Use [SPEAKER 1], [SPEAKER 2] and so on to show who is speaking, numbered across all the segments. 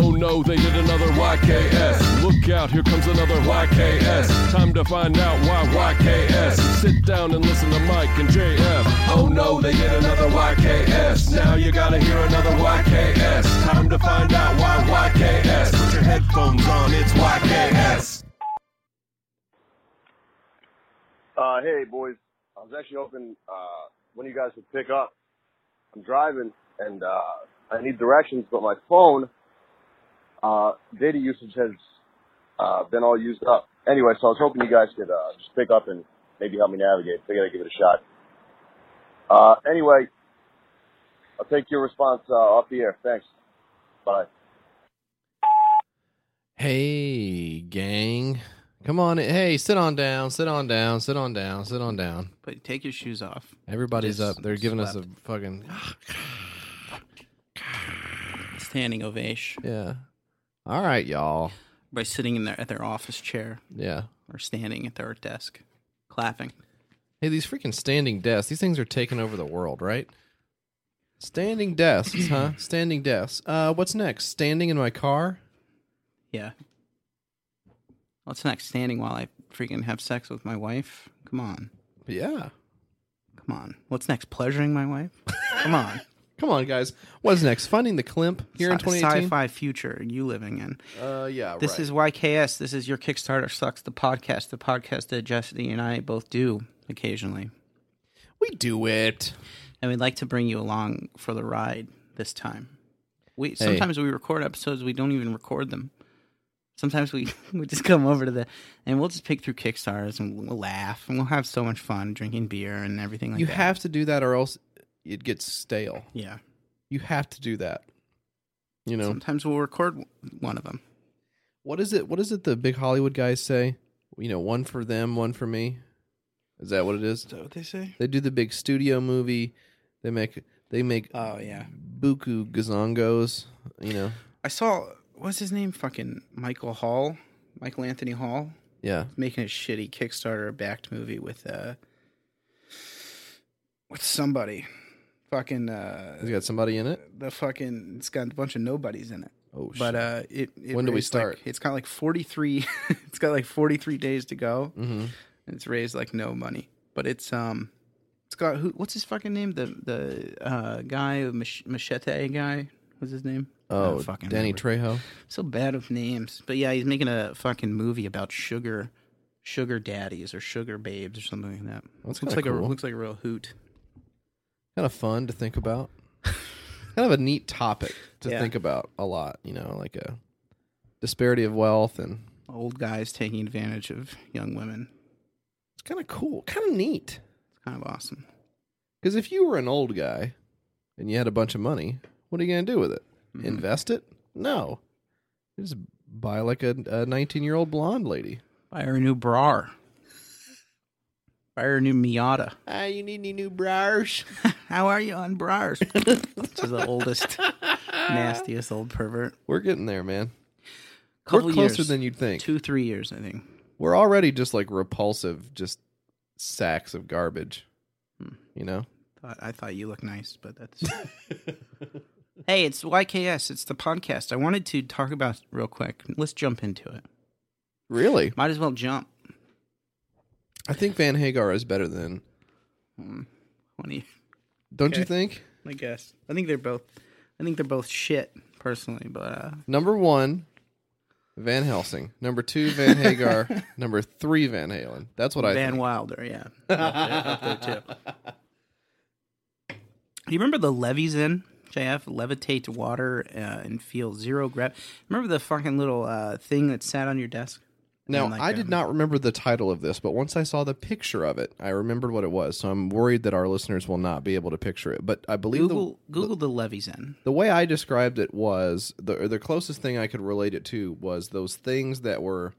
[SPEAKER 1] Oh no, they did another YKS. Look out, here comes another YKS. Time to find out why YKS. Sit down and listen to Mike and JF. Oh no, they did another YKS. Now you gotta hear another YKS. Time to find out why YKS. Put your headphones on, it's YKS.
[SPEAKER 2] Uh, hey boys, I was actually hoping uh, one of you guys would pick up. I'm driving and uh, I need directions, but my phone uh, data usage has uh, been all used up. Anyway, so I was hoping you guys could uh, just pick up and maybe help me navigate. I gotta give it a shot. Uh, anyway, I'll take your response uh, off the air. Thanks. Bye.
[SPEAKER 3] Hey, gang. Come on. in- Hey, sit on down, sit on down, sit on down, sit on down.
[SPEAKER 4] But take your shoes off.
[SPEAKER 3] Everybody's
[SPEAKER 4] Just
[SPEAKER 3] up. They're giving us a fucking.
[SPEAKER 4] Standing ovation
[SPEAKER 3] Yeah. All right, y'all.
[SPEAKER 4] by sitting in their at their office chair
[SPEAKER 3] Yeah.
[SPEAKER 4] or standing at their desk, clapping.
[SPEAKER 3] Hey, these freaking standing desks. These things are taking over the world, right? Standing desks, huh? Standing desks. Uh, what's next? Standing in my car?
[SPEAKER 4] Yeah. What's next? Standing while I freaking have sex with my wife? Come on.
[SPEAKER 3] Yeah.
[SPEAKER 4] Come on. What's next? Pleasuring my wife? Come on.
[SPEAKER 3] Come on, guys. What's next? Finding the Climp here in
[SPEAKER 4] Sci-
[SPEAKER 3] 2018.
[SPEAKER 4] Sci-fi future you living in.
[SPEAKER 3] Uh, yeah.
[SPEAKER 4] This
[SPEAKER 3] right.
[SPEAKER 4] is YKS. This is your Kickstarter sucks. The podcast. The podcast that Jesse and I both do occasionally,
[SPEAKER 3] we do it.
[SPEAKER 4] Oh and we'd like to bring you along for the ride this time. We
[SPEAKER 3] Hey.
[SPEAKER 4] sometimes we record episodes. We don't even record them. Sometimes we we just come over to the and we'll just pick through Kickstarters and we'll laugh and we'll have so much fun drinking beer and everything like
[SPEAKER 3] you
[SPEAKER 4] that.
[SPEAKER 3] have to do that, or else it gets stale.
[SPEAKER 4] yeah.
[SPEAKER 3] You have to do that. You know
[SPEAKER 4] Sometimes we'll record w- one of them.
[SPEAKER 3] what is it? What is it? The big Hollywood guys say. You know, one for them, one for me. Is that what it is?
[SPEAKER 4] that what they say?
[SPEAKER 3] They do the big studio movie. They make they make
[SPEAKER 4] Oh yeah.
[SPEAKER 3] buku gazongos. You know,
[SPEAKER 4] I saw what's his name? Fucking Michael Hall, Michael Anthony Hall.
[SPEAKER 3] yeah.
[SPEAKER 4] making a shitty Kickstarter backed movie with uh with somebody. Fucking uh
[SPEAKER 3] It's got somebody in it.
[SPEAKER 4] the fucking it's got a bunch of nobodies in it.
[SPEAKER 3] Oh shit.
[SPEAKER 4] But uh it, it
[SPEAKER 3] When do we
[SPEAKER 4] raised, like-
[SPEAKER 3] start?
[SPEAKER 4] it's got like 43 it's got like 43 days to go
[SPEAKER 3] mm-hmm.
[SPEAKER 4] and it's raised like no money. But it's um it's got who what's his fucking name? The the uh guy mach- machete guy What's his name? uh, I
[SPEAKER 3] Oh,
[SPEAKER 4] don't fucking
[SPEAKER 3] Danny
[SPEAKER 4] remember.
[SPEAKER 3] Trejo.
[SPEAKER 4] So bad with names. But yeah, he's making a fucking movie about sugar sugar daddies or sugar babes or something like that.
[SPEAKER 3] That's
[SPEAKER 4] looks
[SPEAKER 3] kinda
[SPEAKER 4] like a
[SPEAKER 3] cool.
[SPEAKER 4] looks like a real hoot.
[SPEAKER 3] Kind of fun to think about. kind of a neat topic to
[SPEAKER 4] Yeah.
[SPEAKER 3] think about a lot. You know, like a disparity of wealth, and
[SPEAKER 4] Old guys taking advantage of young women.
[SPEAKER 3] it's kind of cool, kind of neat.
[SPEAKER 4] It's kind of awesome.
[SPEAKER 3] Because if you were an old guy and you had a bunch of money, what are you going to do with it?
[SPEAKER 4] Mm-hmm.
[SPEAKER 3] Invest it? No, you just buy like a a nineteen year old blonde lady.
[SPEAKER 4] Buy her a new bra. Buy her a new Miata.
[SPEAKER 3] Ah, you need any new bras?
[SPEAKER 4] How are you on bras? Which is the oldest, nastiest old pervert.
[SPEAKER 3] We're getting there, man.
[SPEAKER 4] Couple
[SPEAKER 3] We're closer
[SPEAKER 4] years.
[SPEAKER 3] than you'd think.
[SPEAKER 4] two, three years, I think.
[SPEAKER 3] We're already just like repulsive, just sacks of garbage. You know?
[SPEAKER 4] Thought, I thought you looked nice, but that's. hey, it's YKS. It's the podcast. I wanted to talk about real quick. Let's jump into it.
[SPEAKER 3] Really?
[SPEAKER 4] Might as well jump.
[SPEAKER 3] I think Van Hagar is better than.
[SPEAKER 4] What do you-
[SPEAKER 3] Don't you
[SPEAKER 4] Okay.
[SPEAKER 3] think?
[SPEAKER 4] I guess. I think they're both. I think they're both shit personally, but uh,
[SPEAKER 3] Number one, Van Helsing. Number two, Van Hagar. Number three, Van Halen. That's what I
[SPEAKER 4] Van
[SPEAKER 3] think.
[SPEAKER 4] Wilder, yeah, up there, up there too. Do you remember the levees in JF levitate to water uh, and feel zero grab? Remember the fucking little uh, thing that sat on your desk?
[SPEAKER 3] Now,
[SPEAKER 4] And, like,
[SPEAKER 3] I did
[SPEAKER 4] um,
[SPEAKER 3] not remember the title of this, but once I saw the picture of it, I remembered what it was. So I'm worried that our listeners will not be able to picture it. But I believe the-
[SPEAKER 4] Google Google the levees in.
[SPEAKER 3] the way I described it was the or the closest thing I could relate it to was those things that were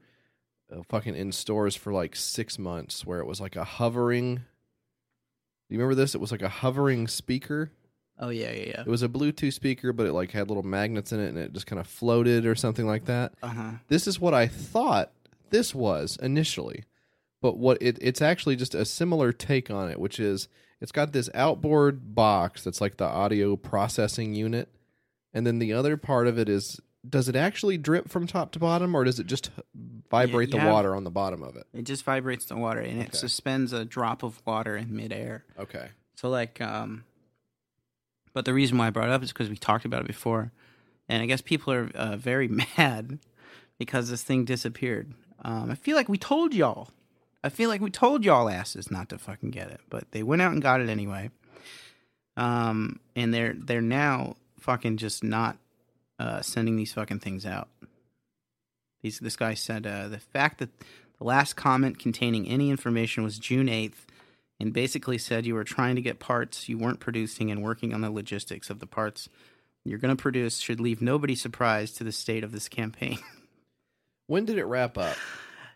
[SPEAKER 3] uh, fucking in stores for like six months, where it was like a hovering. Do you remember this? It was like a hovering speaker.
[SPEAKER 4] Oh yeah, yeah, yeah.
[SPEAKER 3] It was a Bluetooth speaker, but it like had little magnets in it, and it just kind of floated or something like that.
[SPEAKER 4] Uh huh.
[SPEAKER 3] This is what I thought this was initially, but what it, it's actually just a similar take on it, which is it's got this outboard box that's like the audio processing unit, and then the other part of it is does it actually drip from top to bottom, or does it just vibrate
[SPEAKER 4] you
[SPEAKER 3] the
[SPEAKER 4] have-
[SPEAKER 3] water on the bottom of it?
[SPEAKER 4] It just vibrates the water and it
[SPEAKER 3] Okay.
[SPEAKER 4] suspends a drop of water in midair.
[SPEAKER 3] Okay.
[SPEAKER 4] So like, um, but the reason why I brought it up is because we talked about it before, and I guess people are uh, very mad because this thing disappeared. Um, I feel like we told y'all. I feel like we told y'all asses not to fucking get it, but they went out and got it anyway. Um, and they're they're now fucking just not uh, sending these fucking things out. These this guy said uh, the fact that the last comment containing any information was June eighth, and basically said you were trying to get parts you weren't producing and working on the logistics of the parts you're going to produce should leave nobody surprised to the state of this campaign.
[SPEAKER 3] When did it wrap up?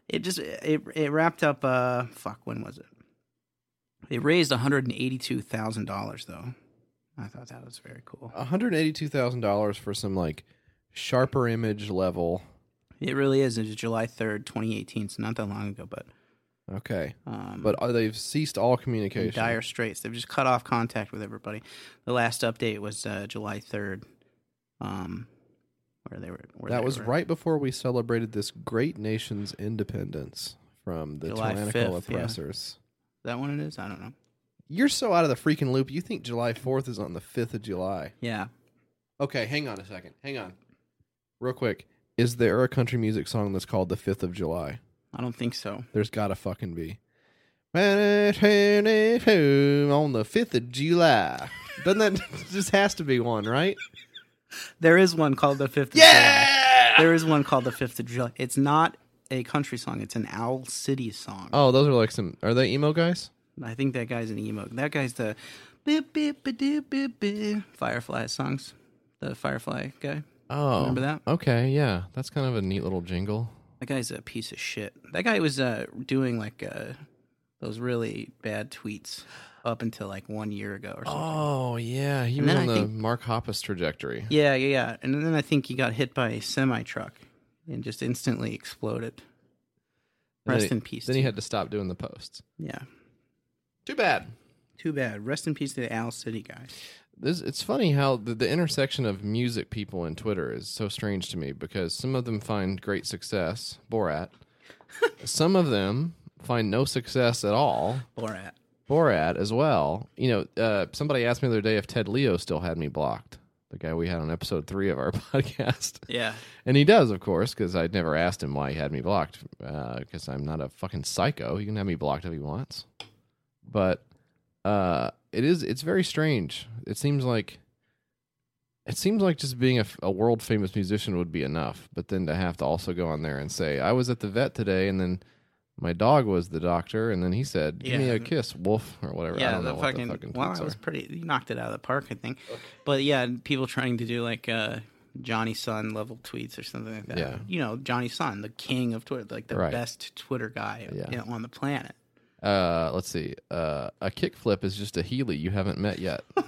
[SPEAKER 4] It just it it wrapped up uh fuck when was it? It raised $182,000 though. I thought that was very cool.
[SPEAKER 3] One hundred eighty-two thousand dollars for some like sharper image level.
[SPEAKER 4] It really is. It was July 3rd, 2018, so not that long ago, but
[SPEAKER 3] Okay,
[SPEAKER 4] um
[SPEAKER 3] but uh, they've ceased all
[SPEAKER 4] in
[SPEAKER 3] communication.
[SPEAKER 4] dire straits. They've just cut off contact with everybody. The last update was uh, July 3rd. Um where they were where
[SPEAKER 3] that
[SPEAKER 4] they
[SPEAKER 3] was
[SPEAKER 4] were.
[SPEAKER 3] right before we celebrated this great nation's independence from the
[SPEAKER 4] July
[SPEAKER 3] tyrannical
[SPEAKER 4] 5th, yeah.
[SPEAKER 3] oppressors.
[SPEAKER 4] Is that one it is? I don't know.
[SPEAKER 3] You're so out of the freaking loop. You think July 4th is on the 5th of July.
[SPEAKER 4] Yeah.
[SPEAKER 3] Okay, hang on a second. Hang on. Real quick. Is there a country music song that's called the 5th of July?
[SPEAKER 4] I don't think so.
[SPEAKER 3] There's got to fucking be. On the 5th of July. Doesn't that just has to be one, right?
[SPEAKER 4] There is one called the Fifth of July. There is one called the Fifth of July. It's not a country song, it's an Owl City song.
[SPEAKER 3] Oh, those are like some. Are they emo guys?
[SPEAKER 4] I think that guy's an emo. That guy's the beep, beep, beep, beep, beep, beep, Firefly songs. The Firefly guy.
[SPEAKER 3] Oh.
[SPEAKER 4] Remember that?
[SPEAKER 3] Okay, yeah. That's kind of a neat little jingle.
[SPEAKER 4] That guy's a piece of shit. That guy was uh, doing like uh, those really bad tweets up until like one year ago or something.
[SPEAKER 3] Oh, yeah. He
[SPEAKER 4] And
[SPEAKER 3] was on
[SPEAKER 4] then I
[SPEAKER 3] the
[SPEAKER 4] think-
[SPEAKER 3] Mark Hoppus trajectory.
[SPEAKER 4] Yeah, yeah, yeah. And then I think he got hit by a semi truck and just instantly exploded.
[SPEAKER 3] And then
[SPEAKER 4] Rest
[SPEAKER 3] he-
[SPEAKER 4] in peace.
[SPEAKER 3] Then he
[SPEAKER 4] to-
[SPEAKER 3] had to stop doing the posts.
[SPEAKER 4] yeah.
[SPEAKER 3] Too bad.
[SPEAKER 4] Too bad. Rest in peace to the Owl City guy.
[SPEAKER 3] This, it's funny how the, the intersection of music people and Twitter is so strange to me because some of them find great success, Borat. some of them find no success at all,
[SPEAKER 4] Borat.
[SPEAKER 3] Borat as well. You know, uh, somebody asked me the other day if Ted Leo still had me blocked, the guy we had on episode three of our podcast.
[SPEAKER 4] Yeah.
[SPEAKER 3] And he does, of course, because I'd never asked him why he had me blocked. Because I'm not a fucking psycho. He can have me blocked if he wants. But uh, it is. It's very strange. It seems like. It seems like just being a, f- a world famous musician would be enough, but then to have to also go on there and say, "I was at the vet today," and then my dog was the doctor, and then he said, "Give me
[SPEAKER 4] Yeah.
[SPEAKER 3] a kiss, wolf," or whatever. I
[SPEAKER 4] Yeah,
[SPEAKER 3] don't
[SPEAKER 4] the
[SPEAKER 3] know
[SPEAKER 4] fucking,
[SPEAKER 3] what the fucking
[SPEAKER 4] well,
[SPEAKER 3] tweets
[SPEAKER 4] I was
[SPEAKER 3] are.
[SPEAKER 4] pretty he knocked it out of the park, I think. But yeah, and people trying to do like uh Johnny Sun level tweets or something like that.
[SPEAKER 3] Yeah.
[SPEAKER 4] You know, Johnny Sun, the king of Twitter, like the
[SPEAKER 3] Right.
[SPEAKER 4] best Twitter guy
[SPEAKER 3] Yeah.
[SPEAKER 4] you know, on the planet.
[SPEAKER 3] Uh, let's see. Uh, a kickflip is just a heely you haven't met yet.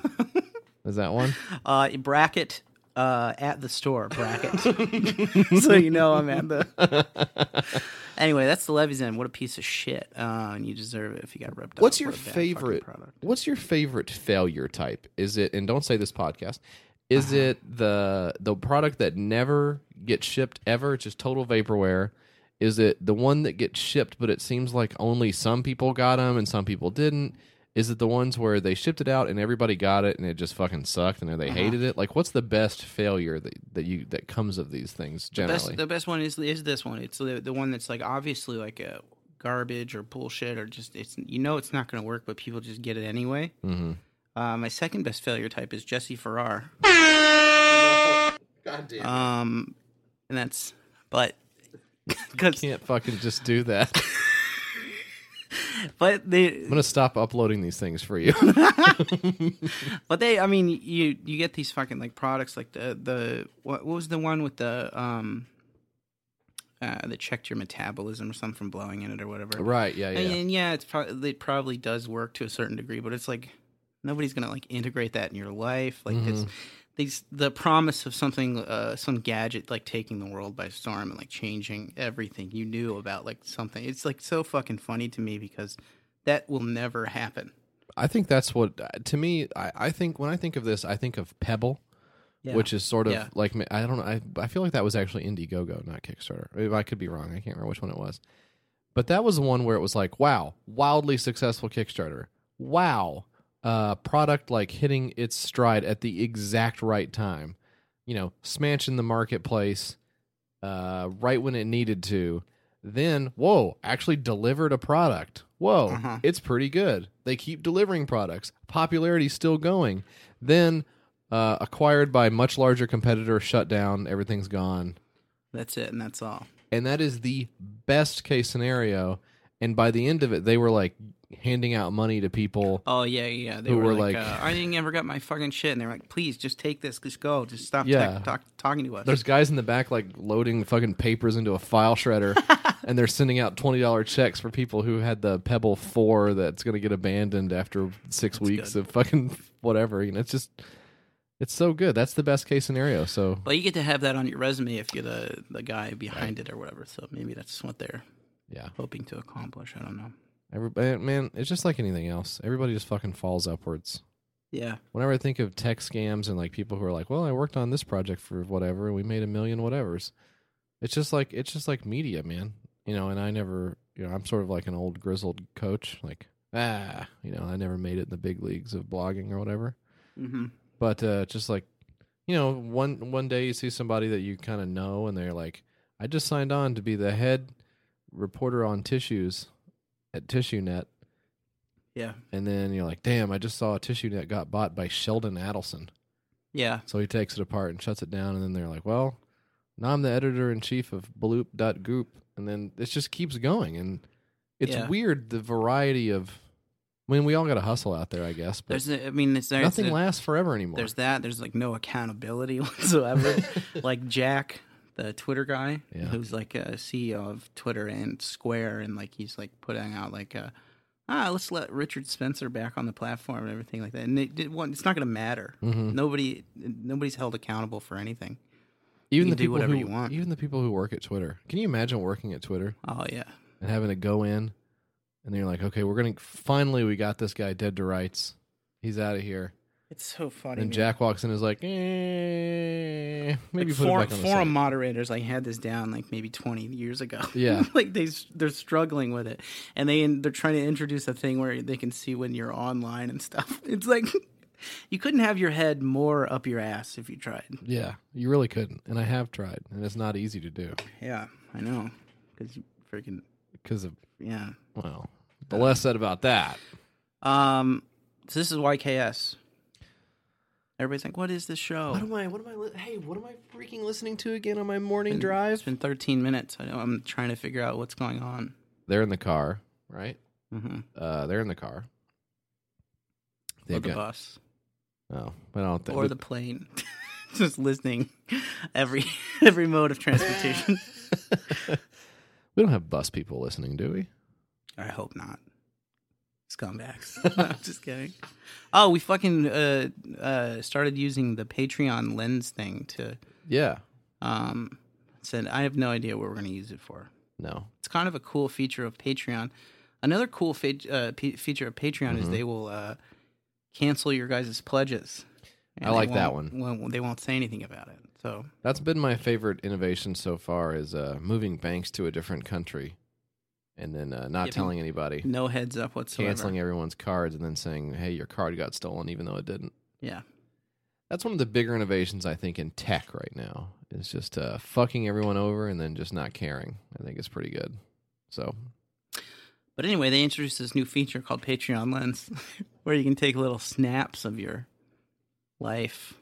[SPEAKER 3] is that one?
[SPEAKER 4] Uh bracket uh at the store bracket. so you know I'm at the Anyway, that's the levy's end. What a piece of shit. Uh, and you deserve it if you got ripped
[SPEAKER 3] What's
[SPEAKER 4] off.
[SPEAKER 3] your
[SPEAKER 4] What a bad fucking
[SPEAKER 3] favorite?
[SPEAKER 4] product.
[SPEAKER 3] What's your favorite failure type? Is it and don't say this podcast. Is
[SPEAKER 4] Uh-huh.
[SPEAKER 3] it the the product that never gets shipped ever? It's just total vaporware. Is it the one that gets shipped but it seems like only some people got them and some people didn't? Is it the ones where they shipped it out and everybody got it and it just fucking sucked and
[SPEAKER 4] Uh-huh.
[SPEAKER 3] they hated it? Like what's the best failure that, that you that comes of these things generally?
[SPEAKER 4] Best, the best one is is this one. It's the the one that's like obviously like a garbage or bullshit or just it's you know it's not going to work, but people just get it anyway.
[SPEAKER 3] mm-hmm.
[SPEAKER 4] Uh, my second best failure type is Jesse Farrar.
[SPEAKER 3] God damn.
[SPEAKER 4] Um, and that's but because
[SPEAKER 3] Can't fucking just do that. I'm
[SPEAKER 4] but they
[SPEAKER 3] gonna stop uploading these things for you.
[SPEAKER 4] but they I mean you you get these fucking like products like the the what, what was the one with the um uh that checked your metabolism or something from blowing in it or whatever
[SPEAKER 3] Right. Yeah. Yeah.
[SPEAKER 4] And, and yeah, it's probably it probably does work to a certain degree, but it's like nobody's gonna like integrate that in your life. Like it's
[SPEAKER 3] Mm-hmm.
[SPEAKER 4] these the promise of something, uh, some gadget like taking the world by storm and like changing everything you knew about like something. It's like so fucking funny to me because that will never happen.
[SPEAKER 3] uh, I think that's what to me. I, I think when I think of this, I think of Pebble,
[SPEAKER 4] Yeah.
[SPEAKER 3] which is sort of
[SPEAKER 4] Yeah.
[SPEAKER 3] like ma- I don't know. I I feel like that was actually Indiegogo, not Kickstarter. If I could be wrong, I can't remember which one it was. But that was the one where it was like, wow, wildly successful Kickstarter. Wow, uh, product like hitting its stride at the exact right time. You know, smash in the marketplace, uh, right when it needed to. Then, whoa, actually delivered a product. Whoa,
[SPEAKER 4] Uh-huh.
[SPEAKER 3] it's pretty good. They keep delivering products. Popularity's still going. Then, uh, acquired by much larger competitor, shut down, everything's gone.
[SPEAKER 4] That's it, and that's all.
[SPEAKER 3] And that is the best case scenario. And by the end of it, they were like handing out money to people.
[SPEAKER 4] Oh yeah, yeah. They
[SPEAKER 3] Who
[SPEAKER 4] were,
[SPEAKER 3] were
[SPEAKER 4] like,
[SPEAKER 3] like-
[SPEAKER 4] uh, I didn't ever got my fucking shit, and they were like, please, just take this, just go, just stop
[SPEAKER 3] Yeah.
[SPEAKER 4] tech- talk, talking to us.
[SPEAKER 3] There's guys in the back like loading fucking papers into a file shredder, and they're sending out twenty dollar checks for people who had the Pebble Four that's gonna get abandoned after six weeks of fucking whatever. You know, it's just it's so good. That's the best case scenario. So
[SPEAKER 4] but you get to have that on your resume if you're the the guy behind it or whatever. So maybe that's what they're
[SPEAKER 3] yeah,
[SPEAKER 4] hoping to accomplish. I don't know.
[SPEAKER 3] everybody, man, it's just like anything else. Everybody just fucking falls upwards.
[SPEAKER 4] Yeah,
[SPEAKER 3] Whenever I think of tech scams and like people who are like, well, I worked on this project for whatever, we made a million whatevers. It's just like it's just like media, man. You know, and I never, you know, I'm sort of like an old grizzled coach, like ah, you know, I never made it in the big leagues of blogging or whatever.
[SPEAKER 4] hmm
[SPEAKER 3] But uh, just like, you know, one one day you see somebody that you kind of know, and they're like, I just signed on to be the head reporter on tissues at TissueNet,
[SPEAKER 4] yeah,
[SPEAKER 3] and then you're like, damn, I just saw a TissueNet got bought by Sheldon Adelson.
[SPEAKER 4] yeah.
[SPEAKER 3] So he takes it apart and shuts it down, and then they're like, "Well, now I'm the editor in chief of Bloop.Goop," and then it just keeps going, and it's
[SPEAKER 4] Yeah.
[SPEAKER 3] weird the variety of. I mean, we all got to hustle out there, I guess, but
[SPEAKER 4] There's, a, I mean, it's there's
[SPEAKER 3] nothing
[SPEAKER 4] a-
[SPEAKER 3] lasts forever anymore.
[SPEAKER 4] There's that. There's like no accountability whatsoever. like Jack, the Twitter guy,
[SPEAKER 3] Yeah.
[SPEAKER 4] who's like a CEO of Twitter and Square, and like he's like putting out like a, ah, let's let Richard Spencer back on the platform and everything like that. And it, it, won't- it's not going to matter.
[SPEAKER 3] Mhm.
[SPEAKER 4] Nobody, nobody's held accountable for anything.
[SPEAKER 3] Even
[SPEAKER 4] you
[SPEAKER 3] the
[SPEAKER 4] can do
[SPEAKER 3] people
[SPEAKER 4] whatever
[SPEAKER 3] who,
[SPEAKER 4] you want.
[SPEAKER 3] Even the people who work at Twitter. Can you imagine working at Twitter
[SPEAKER 4] Oh yeah,
[SPEAKER 3] and having to go in, and then you're like, "Okay, we're gonna finally we got this guy dead to rights. He's out of here."
[SPEAKER 4] it's so funny.
[SPEAKER 3] And then
[SPEAKER 4] man.
[SPEAKER 3] Jack walks in and is like, eh, maybe
[SPEAKER 4] like
[SPEAKER 3] put
[SPEAKER 4] for-
[SPEAKER 3] it back on the
[SPEAKER 4] forum
[SPEAKER 3] site.
[SPEAKER 4] moderators like had this down like maybe 20 years ago
[SPEAKER 3] Yeah.
[SPEAKER 4] like they s- they're struggling with it and they they're trying to introduce a thing where they can see when you're online and stuff it's like you couldn't have your head more up your ass if you tried
[SPEAKER 3] Yeah, you really couldn't, and I have tried, and it's not easy to do
[SPEAKER 4] yeah i know because you freaking
[SPEAKER 3] because of
[SPEAKER 4] yeah
[SPEAKER 3] well, the less said about that.
[SPEAKER 4] um so this is yks everybody's like what is this show
[SPEAKER 3] What am I? What am I? li- Hey, what am I freaking listening to again on my morning
[SPEAKER 4] it's been 13 minutes i know i'm trying to figure out what's going on
[SPEAKER 3] They're in the car, right?
[SPEAKER 4] mm-hmm.
[SPEAKER 3] Uh, they're in the car.
[SPEAKER 4] or
[SPEAKER 3] They've
[SPEAKER 4] the
[SPEAKER 3] got-
[SPEAKER 4] bus
[SPEAKER 3] oh, but I don't think.
[SPEAKER 4] or the plane. Just listening every every mode of transportation.
[SPEAKER 3] we don't have bus people listening, do we?
[SPEAKER 4] I hope not. Scumbags. No, I'm just kidding. Oh, we fucking uh, uh, started using the Patreon lens thing to
[SPEAKER 3] Yeah.
[SPEAKER 4] um said I have no idea what we're going to use it for.
[SPEAKER 3] No.
[SPEAKER 4] It's kind of a cool feature of Patreon. Another cool fe- uh, pe feature of Patreon
[SPEAKER 3] Mm-hmm.
[SPEAKER 4] is they will uh, cancel your guys' pledges.
[SPEAKER 3] I like
[SPEAKER 4] they
[SPEAKER 3] that
[SPEAKER 4] won't- won't- they won't say anything about it. So
[SPEAKER 3] That's been my favorite innovation so far is uh, moving banks to a different country, and then uh, not
[SPEAKER 4] Giving-
[SPEAKER 3] telling anybody,
[SPEAKER 4] no heads up whatsoever.
[SPEAKER 3] canceling everyone's cards, and then saying, "Hey, your card got stolen," even though it didn't.
[SPEAKER 4] Yeah.
[SPEAKER 3] That's one of the bigger innovations I think in tech right now. Is just uh, fucking everyone over and then just not caring. I think it's pretty good. So
[SPEAKER 4] But anyway, they introduced this new feature called Patreon Lens, where you can take little snaps of your life,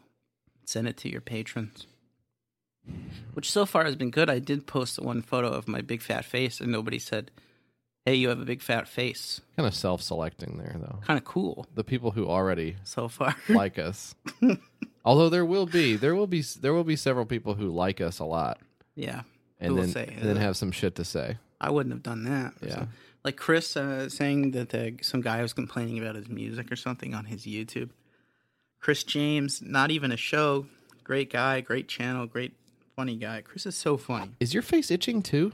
[SPEAKER 4] send it to your patrons. Which so far has been good. I did post one photo of my big fat face, and nobody said, "Hey, you have a big fat face."
[SPEAKER 3] kind of self-selecting there, though.
[SPEAKER 4] Kind of cool
[SPEAKER 3] The people who already
[SPEAKER 4] so far.
[SPEAKER 3] like us, although there will be there will be there will be several people who like us a lot
[SPEAKER 4] yeah,
[SPEAKER 3] and
[SPEAKER 4] Who will
[SPEAKER 3] then
[SPEAKER 4] say,
[SPEAKER 3] and then
[SPEAKER 4] uh,
[SPEAKER 3] have some shit to say.
[SPEAKER 4] I wouldn't have done that.
[SPEAKER 3] Yeah.
[SPEAKER 4] So- like Chris uh, saying that the, some guy was complaining about his music or something on his YouTube. Chris James, not even a show. Great guy, great channel, great funny guy. Chris is so funny.
[SPEAKER 3] Is your face itching too?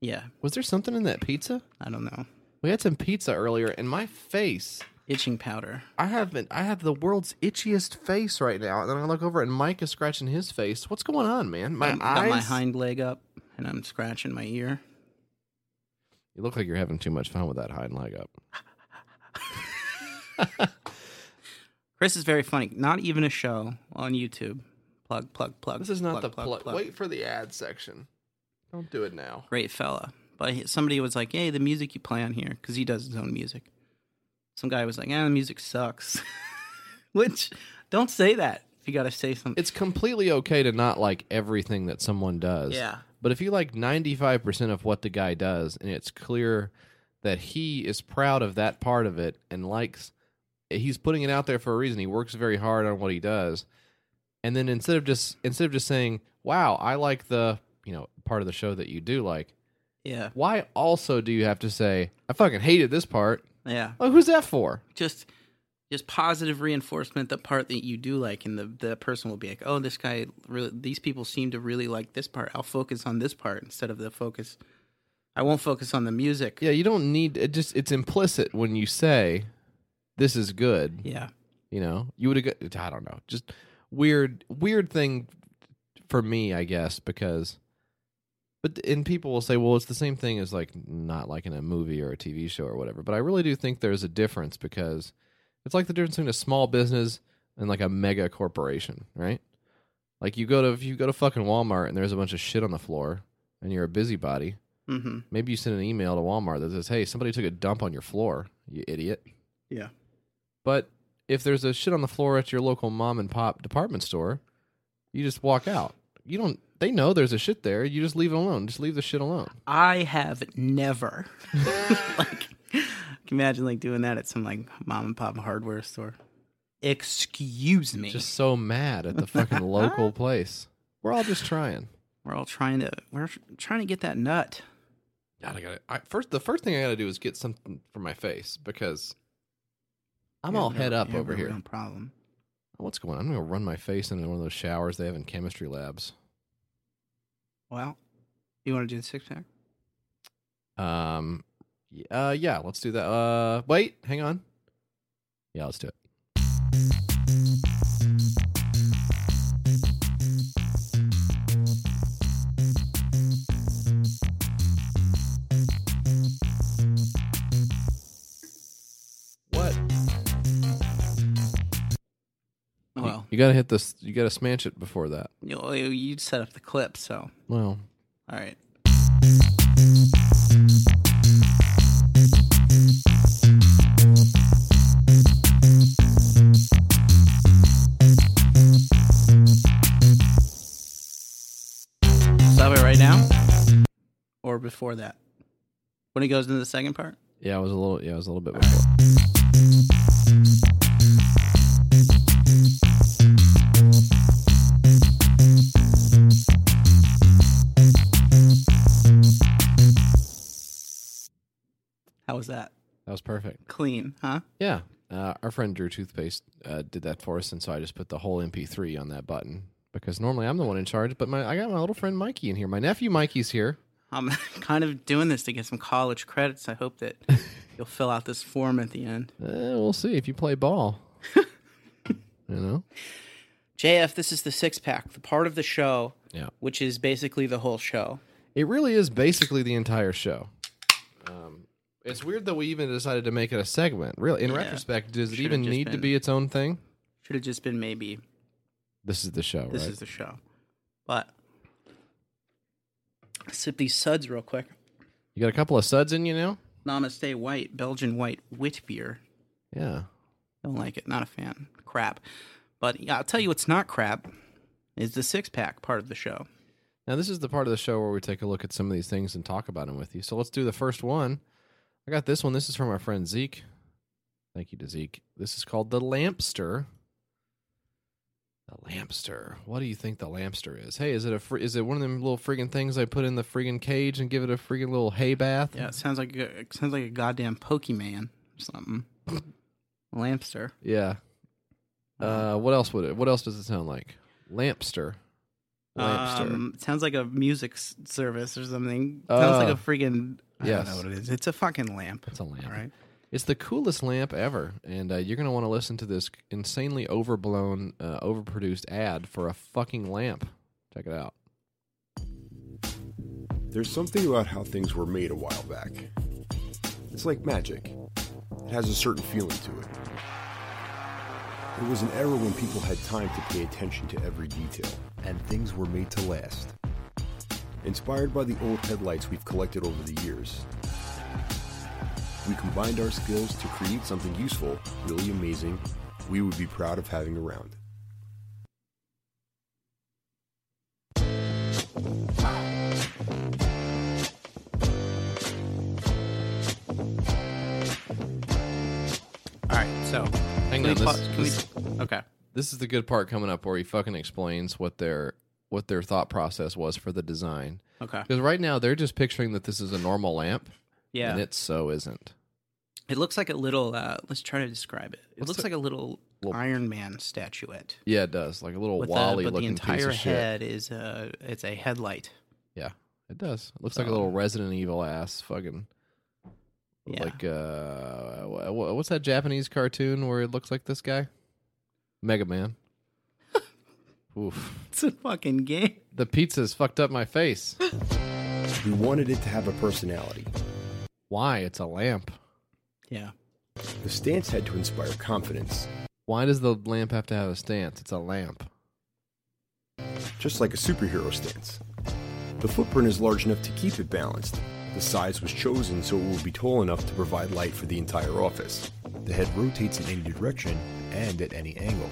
[SPEAKER 4] Yeah,
[SPEAKER 3] Was there something in that pizza?
[SPEAKER 4] I don't know.
[SPEAKER 3] We had some pizza earlier, and my face
[SPEAKER 4] itching powder.
[SPEAKER 3] I have been. I have the world's itchiest face right now, and then I look over and Mike is scratching his face. What's going on, man? My
[SPEAKER 4] I've got
[SPEAKER 3] eyes.
[SPEAKER 4] my hind leg up and I'm scratching my ear.
[SPEAKER 3] You look like you're having too much fun with that hind leg up.
[SPEAKER 4] Chris is very funny. Not even a show on YouTube. Plug, plug, plug.
[SPEAKER 3] This is not
[SPEAKER 4] plug,
[SPEAKER 3] the
[SPEAKER 4] plug,
[SPEAKER 3] plug.
[SPEAKER 4] plug.
[SPEAKER 3] Wait for the ad section. Don't do it now.
[SPEAKER 4] Great fella. But he- somebody was like, "Hey, the music you play on here," because he does his own music. Some guy was like, "Ah, the music sucks." Which, don't say that. If you got to say something,
[SPEAKER 3] It's completely okay to not like everything that someone does.
[SPEAKER 4] yeah.
[SPEAKER 3] But if you like 95% of what the guy does and it's clear that he is proud of that part of it and likes he's putting it out there for a reason. He works very hard on what he does. And then instead of just instead of just saying, "Wow, I like the, you know, part of the show that you do like."
[SPEAKER 4] Yeah,
[SPEAKER 3] Why also do you have to say, "I fucking hated this part."
[SPEAKER 4] yeah.
[SPEAKER 3] Like who's that for?
[SPEAKER 4] Just, just positive reinforcement. The part that you do like, and the the person will be like, "Oh, this guy really. These people seem to really like this part. I'll focus on this part instead of the focus. I won't focus on the music."
[SPEAKER 3] Yeah, you don't need it just it's implicit when you say this is good.
[SPEAKER 4] yeah.
[SPEAKER 3] you know you would have got i don't know just weird weird thing for me i guess because but and people will say well it's the same thing as like not liking a movie or a tv show or whatever but i really do think there's a difference because it's like the difference between a small business and like a mega corporation right like you go to if you go to fucking walmart and there's a bunch of shit on the floor and you're a busybody
[SPEAKER 4] Mm-hmm.
[SPEAKER 3] maybe you send an email to Walmart that says, "Hey, somebody took a dump on your floor, you idiot."
[SPEAKER 4] Yeah.
[SPEAKER 3] But if there's a shit on the floor at your local mom and pop department store, you just walk out. You don't. They know there's a shit there. You just leave it alone. Just leave the shit alone.
[SPEAKER 4] I have never like can you imagine like doing that at some like mom and pop hardware store. Excuse me.
[SPEAKER 3] Just so mad at the fucking local place. We're all just trying.
[SPEAKER 4] we're all trying to we're trying to get that nut.
[SPEAKER 3] God, I gotta. I, first, the first thing I gotta do is get something for my face because I'm
[SPEAKER 4] Yeah,
[SPEAKER 3] all
[SPEAKER 4] we
[SPEAKER 3] head up
[SPEAKER 4] have- we have
[SPEAKER 3] over
[SPEAKER 4] a
[SPEAKER 3] here.
[SPEAKER 4] real problem.
[SPEAKER 3] What's going on? I'm gonna run my face into one of those showers they have in chemistry labs.
[SPEAKER 4] Well, you want to do the six pack?
[SPEAKER 3] Um, y- uh, yeah, let's do that. Uh, wait, hang on. Yeah, let's do it. What?
[SPEAKER 4] Well,
[SPEAKER 3] You gotta hit this. You gotta smash it before that.
[SPEAKER 4] you you you set up the clip, so
[SPEAKER 3] Well,
[SPEAKER 4] all right. Stop it right now, or before that, when it goes into the second part.
[SPEAKER 3] yeah, I was a little. Yeah, I was a little bit before.
[SPEAKER 4] How was that?
[SPEAKER 3] That was perfect.
[SPEAKER 4] Clean, huh?
[SPEAKER 3] Yeah. Uh, our friend Drew Toothpaste uh, did that for us, and so I just put the whole MP3 on that button because normally I'm the one in charge. But my I got my little friend Mikey in here. My nephew Mikey's here.
[SPEAKER 4] I'm kind of doing this to get some college credits. I hope that you'll fill out this form at the end.
[SPEAKER 3] Eh, we'll see if you play ball. you know.
[SPEAKER 4] JF, this is the six pack, the part of the show,
[SPEAKER 3] Yeah.
[SPEAKER 4] which is basically the whole show.
[SPEAKER 3] It really is basically the entire show. Um, it's weird that we even decided to make it a segment. Really, in
[SPEAKER 4] Yeah.
[SPEAKER 3] retrospect, does it
[SPEAKER 4] Should've
[SPEAKER 3] even
[SPEAKER 4] just
[SPEAKER 3] need to
[SPEAKER 4] been-
[SPEAKER 3] be its own thing?
[SPEAKER 4] Should have just been maybe
[SPEAKER 3] This is the show,
[SPEAKER 4] this
[SPEAKER 3] right?
[SPEAKER 4] is the show. But sip these suds real quick.
[SPEAKER 3] you got a couple of suds in you now.
[SPEAKER 4] Namaste White, Belgian White Wit beer.
[SPEAKER 3] Yeah.
[SPEAKER 4] Don't like it. Not a fan. Crap. But yeah, I'll tell you what's not crap is the six pack part of the show.
[SPEAKER 3] Now, this is the part of the show where we take a look at some of these things and talk about them with you. So let's do the first one. I got this one. This is from our friend Zeke. Thank you to Zeke. This is called the Lampster. The Lampster. What do you think the Lampster is? Hey, is it a fr- is it one of them little friggin' things I put in the friggin' cage and give it a friggin' little hay bath?
[SPEAKER 4] Yeah, it sounds like a, it sounds like a goddamn Pokemon or something. Lampster.
[SPEAKER 3] Yeah. Uh, what else would it? What else does it sound like? Lampster. Lampster.
[SPEAKER 4] Um, sounds like a music s- service or something. Sounds like
[SPEAKER 3] Oh.
[SPEAKER 4] a freaking. I
[SPEAKER 3] Yes.
[SPEAKER 4] don't know what it is. It's a fucking lamp.
[SPEAKER 3] it's a lamp.
[SPEAKER 4] All right.
[SPEAKER 3] It's the coolest lamp ever, and uh, you're gonna want to listen to this insanely overblown, uh, overproduced ad for a fucking lamp. Check it out.
[SPEAKER 5] There's something about how things were made a while back. It's like magic. It has a certain feeling to it. It was an era when people had time to pay attention to every detail, and things were made to last. Inspired by the old headlights we've collected over the years, we combined our skills to create something useful, really amazing, we would be proud of having around.
[SPEAKER 4] All right, so
[SPEAKER 3] Hang
[SPEAKER 4] can we
[SPEAKER 3] on,
[SPEAKER 4] pause-
[SPEAKER 3] this,
[SPEAKER 4] can we-
[SPEAKER 3] this,
[SPEAKER 4] okay.
[SPEAKER 3] this is the good part coming up where he fucking explains what their what their thought process was for the design.
[SPEAKER 4] Okay.
[SPEAKER 3] Because right now they're just picturing that this is a normal lamp,
[SPEAKER 4] Yeah.
[SPEAKER 3] and
[SPEAKER 4] It,
[SPEAKER 3] it so isn't.
[SPEAKER 4] looks like a little. Uh, let's try to describe it. It
[SPEAKER 3] What's
[SPEAKER 4] looks
[SPEAKER 3] the-
[SPEAKER 4] like a little,
[SPEAKER 3] Little-
[SPEAKER 4] Iron Man statuette.
[SPEAKER 3] Yeah, it does. Like a little
[SPEAKER 4] With the-
[SPEAKER 3] Wally
[SPEAKER 4] but the
[SPEAKER 3] looking piece
[SPEAKER 4] entire
[SPEAKER 3] of shit.
[SPEAKER 4] head is a. It's a headlight.
[SPEAKER 3] It does. It looks like a little Resident Evil ass fucking.
[SPEAKER 4] Yeah.
[SPEAKER 3] Like uh, wha- wha- what's that Japanese cartoon where it looks like this guy? Mega Man. Oof.
[SPEAKER 4] It's a fucking game.
[SPEAKER 3] The pizza's fucked up my face.
[SPEAKER 5] We wanted it to have a personality.
[SPEAKER 3] Why? It's a lamp.
[SPEAKER 4] Yeah.
[SPEAKER 5] The stance had to inspire confidence,
[SPEAKER 3] Why does the lamp have to have a stance? It's a lamp.
[SPEAKER 5] just like a superhero stance. The footprint is large enough to keep it balanced. The size was chosen so it would be tall enough to provide light for the entire office. The head rotates in any direction and at any angle.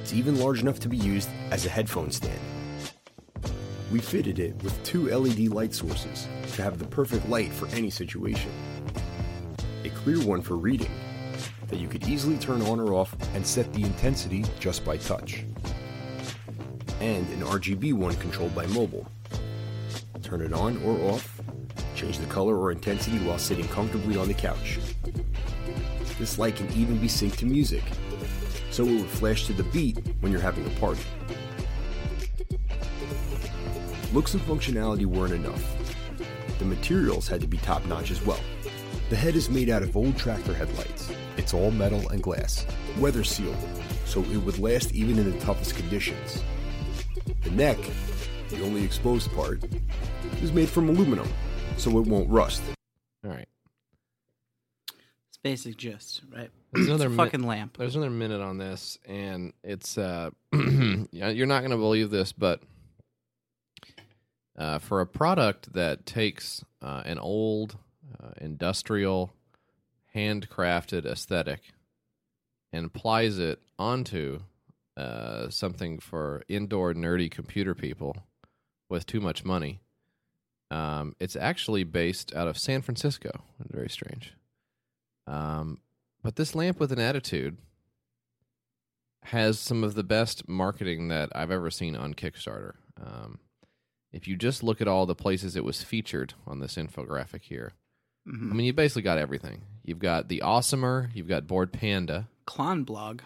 [SPEAKER 5] It's even large enough to be used as a headphone stand. We fitted it with two LED light sources to have the perfect light for any situation. A clear one for reading that you could easily turn on or off and set the intensity just by touch and an RGB one controlled by mobile. Turn it on or off, change the color or intensity while sitting comfortably on the couch. This light can even be synced to music, so it would flash to the beat when you're having a party. Looks and functionality weren't enough. The materials had to be top notch as well. The head is made out of old tractor headlights. It's all metal and glass, weather sealed, so it would last even in the toughest conditions. The neck, the only exposed part, is made from aluminum, so it won't rust.
[SPEAKER 3] All right.
[SPEAKER 4] It's basic gist, right?
[SPEAKER 3] There's
[SPEAKER 4] It's
[SPEAKER 3] another
[SPEAKER 4] a
[SPEAKER 3] mi-
[SPEAKER 4] fucking lamp.
[SPEAKER 3] There's another minute on this, and it's uh, yeah, you're not going to believe this, but uh, for a product that takes uh, an old uh, industrial, handcrafted aesthetic and applies it onto uh, something for indoor nerdy computer people with too much money. Um, it's actually based out of San Francisco. Very strange. Um, but this lamp with an attitude has some of the best marketing that I've ever seen on Kickstarter. Um, if you just look at all the places it was featured on this infographic here, I
[SPEAKER 4] Mhm.
[SPEAKER 3] mean, you basically got everything. You've got the Awesomer, you've got Board Panda,
[SPEAKER 4] Clon blog.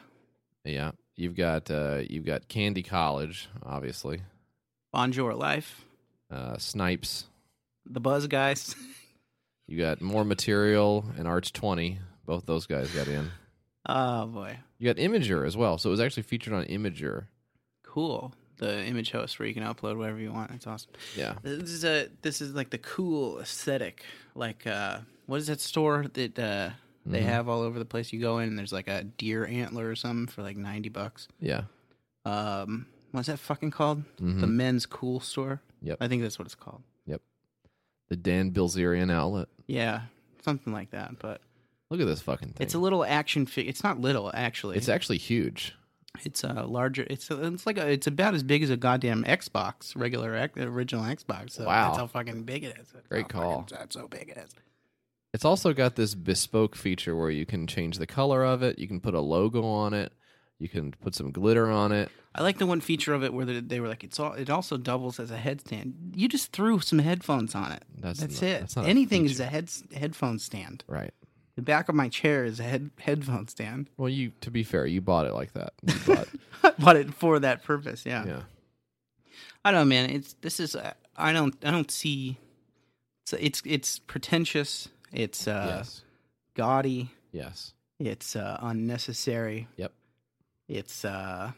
[SPEAKER 3] yeah, you've got uh, you've got Candy College, obviously,
[SPEAKER 4] Bonjour life.
[SPEAKER 3] uh, Snipes.
[SPEAKER 4] The buzz guys.
[SPEAKER 3] You got more material and Arch Twenty. Both those guys got in.
[SPEAKER 4] oh boy.
[SPEAKER 3] You got Imager as well, so it was actually featured on Imager.
[SPEAKER 4] Cool. The image host where you can upload whatever you want. That's awesome.
[SPEAKER 3] Yeah,
[SPEAKER 4] This is a this is like the cool aesthetic. Like uh what is that store that uh they
[SPEAKER 3] Mhm.
[SPEAKER 4] have all over the place you go in and there's like a deer antler or something for like 90 bucks.
[SPEAKER 3] yeah.
[SPEAKER 4] Um what's that fucking called? The
[SPEAKER 3] Mhm.
[SPEAKER 4] men's cool store?
[SPEAKER 3] Yep.
[SPEAKER 4] I think that's what it's called.
[SPEAKER 3] the Dan Bilzerian outlet.
[SPEAKER 4] Yeah. Something like that, but
[SPEAKER 3] Look at this fucking thing.
[SPEAKER 4] it's a little action figure. It's not little actually.
[SPEAKER 3] It's actually huge.
[SPEAKER 4] It's a larger. It's a, it's like a, it's about as big as a goddamn Xbox, regular ex, original Xbox. So
[SPEAKER 3] Wow.
[SPEAKER 4] that's how fucking big it is. That's
[SPEAKER 3] Great
[SPEAKER 4] how
[SPEAKER 3] call.
[SPEAKER 4] Fucking, that's so big it is.
[SPEAKER 3] It's also got this bespoke feature where you can change the color of it. You can put a logo on it. You can put some glitter on it.
[SPEAKER 4] I like the one feature of it where they, they were like, it's all. It also doubles as a headstand. You just threw some headphones on it.
[SPEAKER 3] That's
[SPEAKER 4] That's,
[SPEAKER 3] not-
[SPEAKER 4] it.
[SPEAKER 3] that's not a
[SPEAKER 4] Anything is
[SPEAKER 3] feature.
[SPEAKER 4] a head headphone stand.
[SPEAKER 3] Right.
[SPEAKER 4] The back of my chair is a head headphone stand.
[SPEAKER 3] Well, you to be fair, you bought it like that. You bought,
[SPEAKER 4] Bought it for that purpose. Yeah.
[SPEAKER 3] yeah.
[SPEAKER 4] I don't know, man. It's this is. uh, I don't. I don't see. It's it's, it's pretentious. It's uh,
[SPEAKER 3] yes.
[SPEAKER 4] gaudy.
[SPEAKER 3] Yes.
[SPEAKER 4] It's uh, unnecessary.
[SPEAKER 3] Yep.
[SPEAKER 4] It's uh,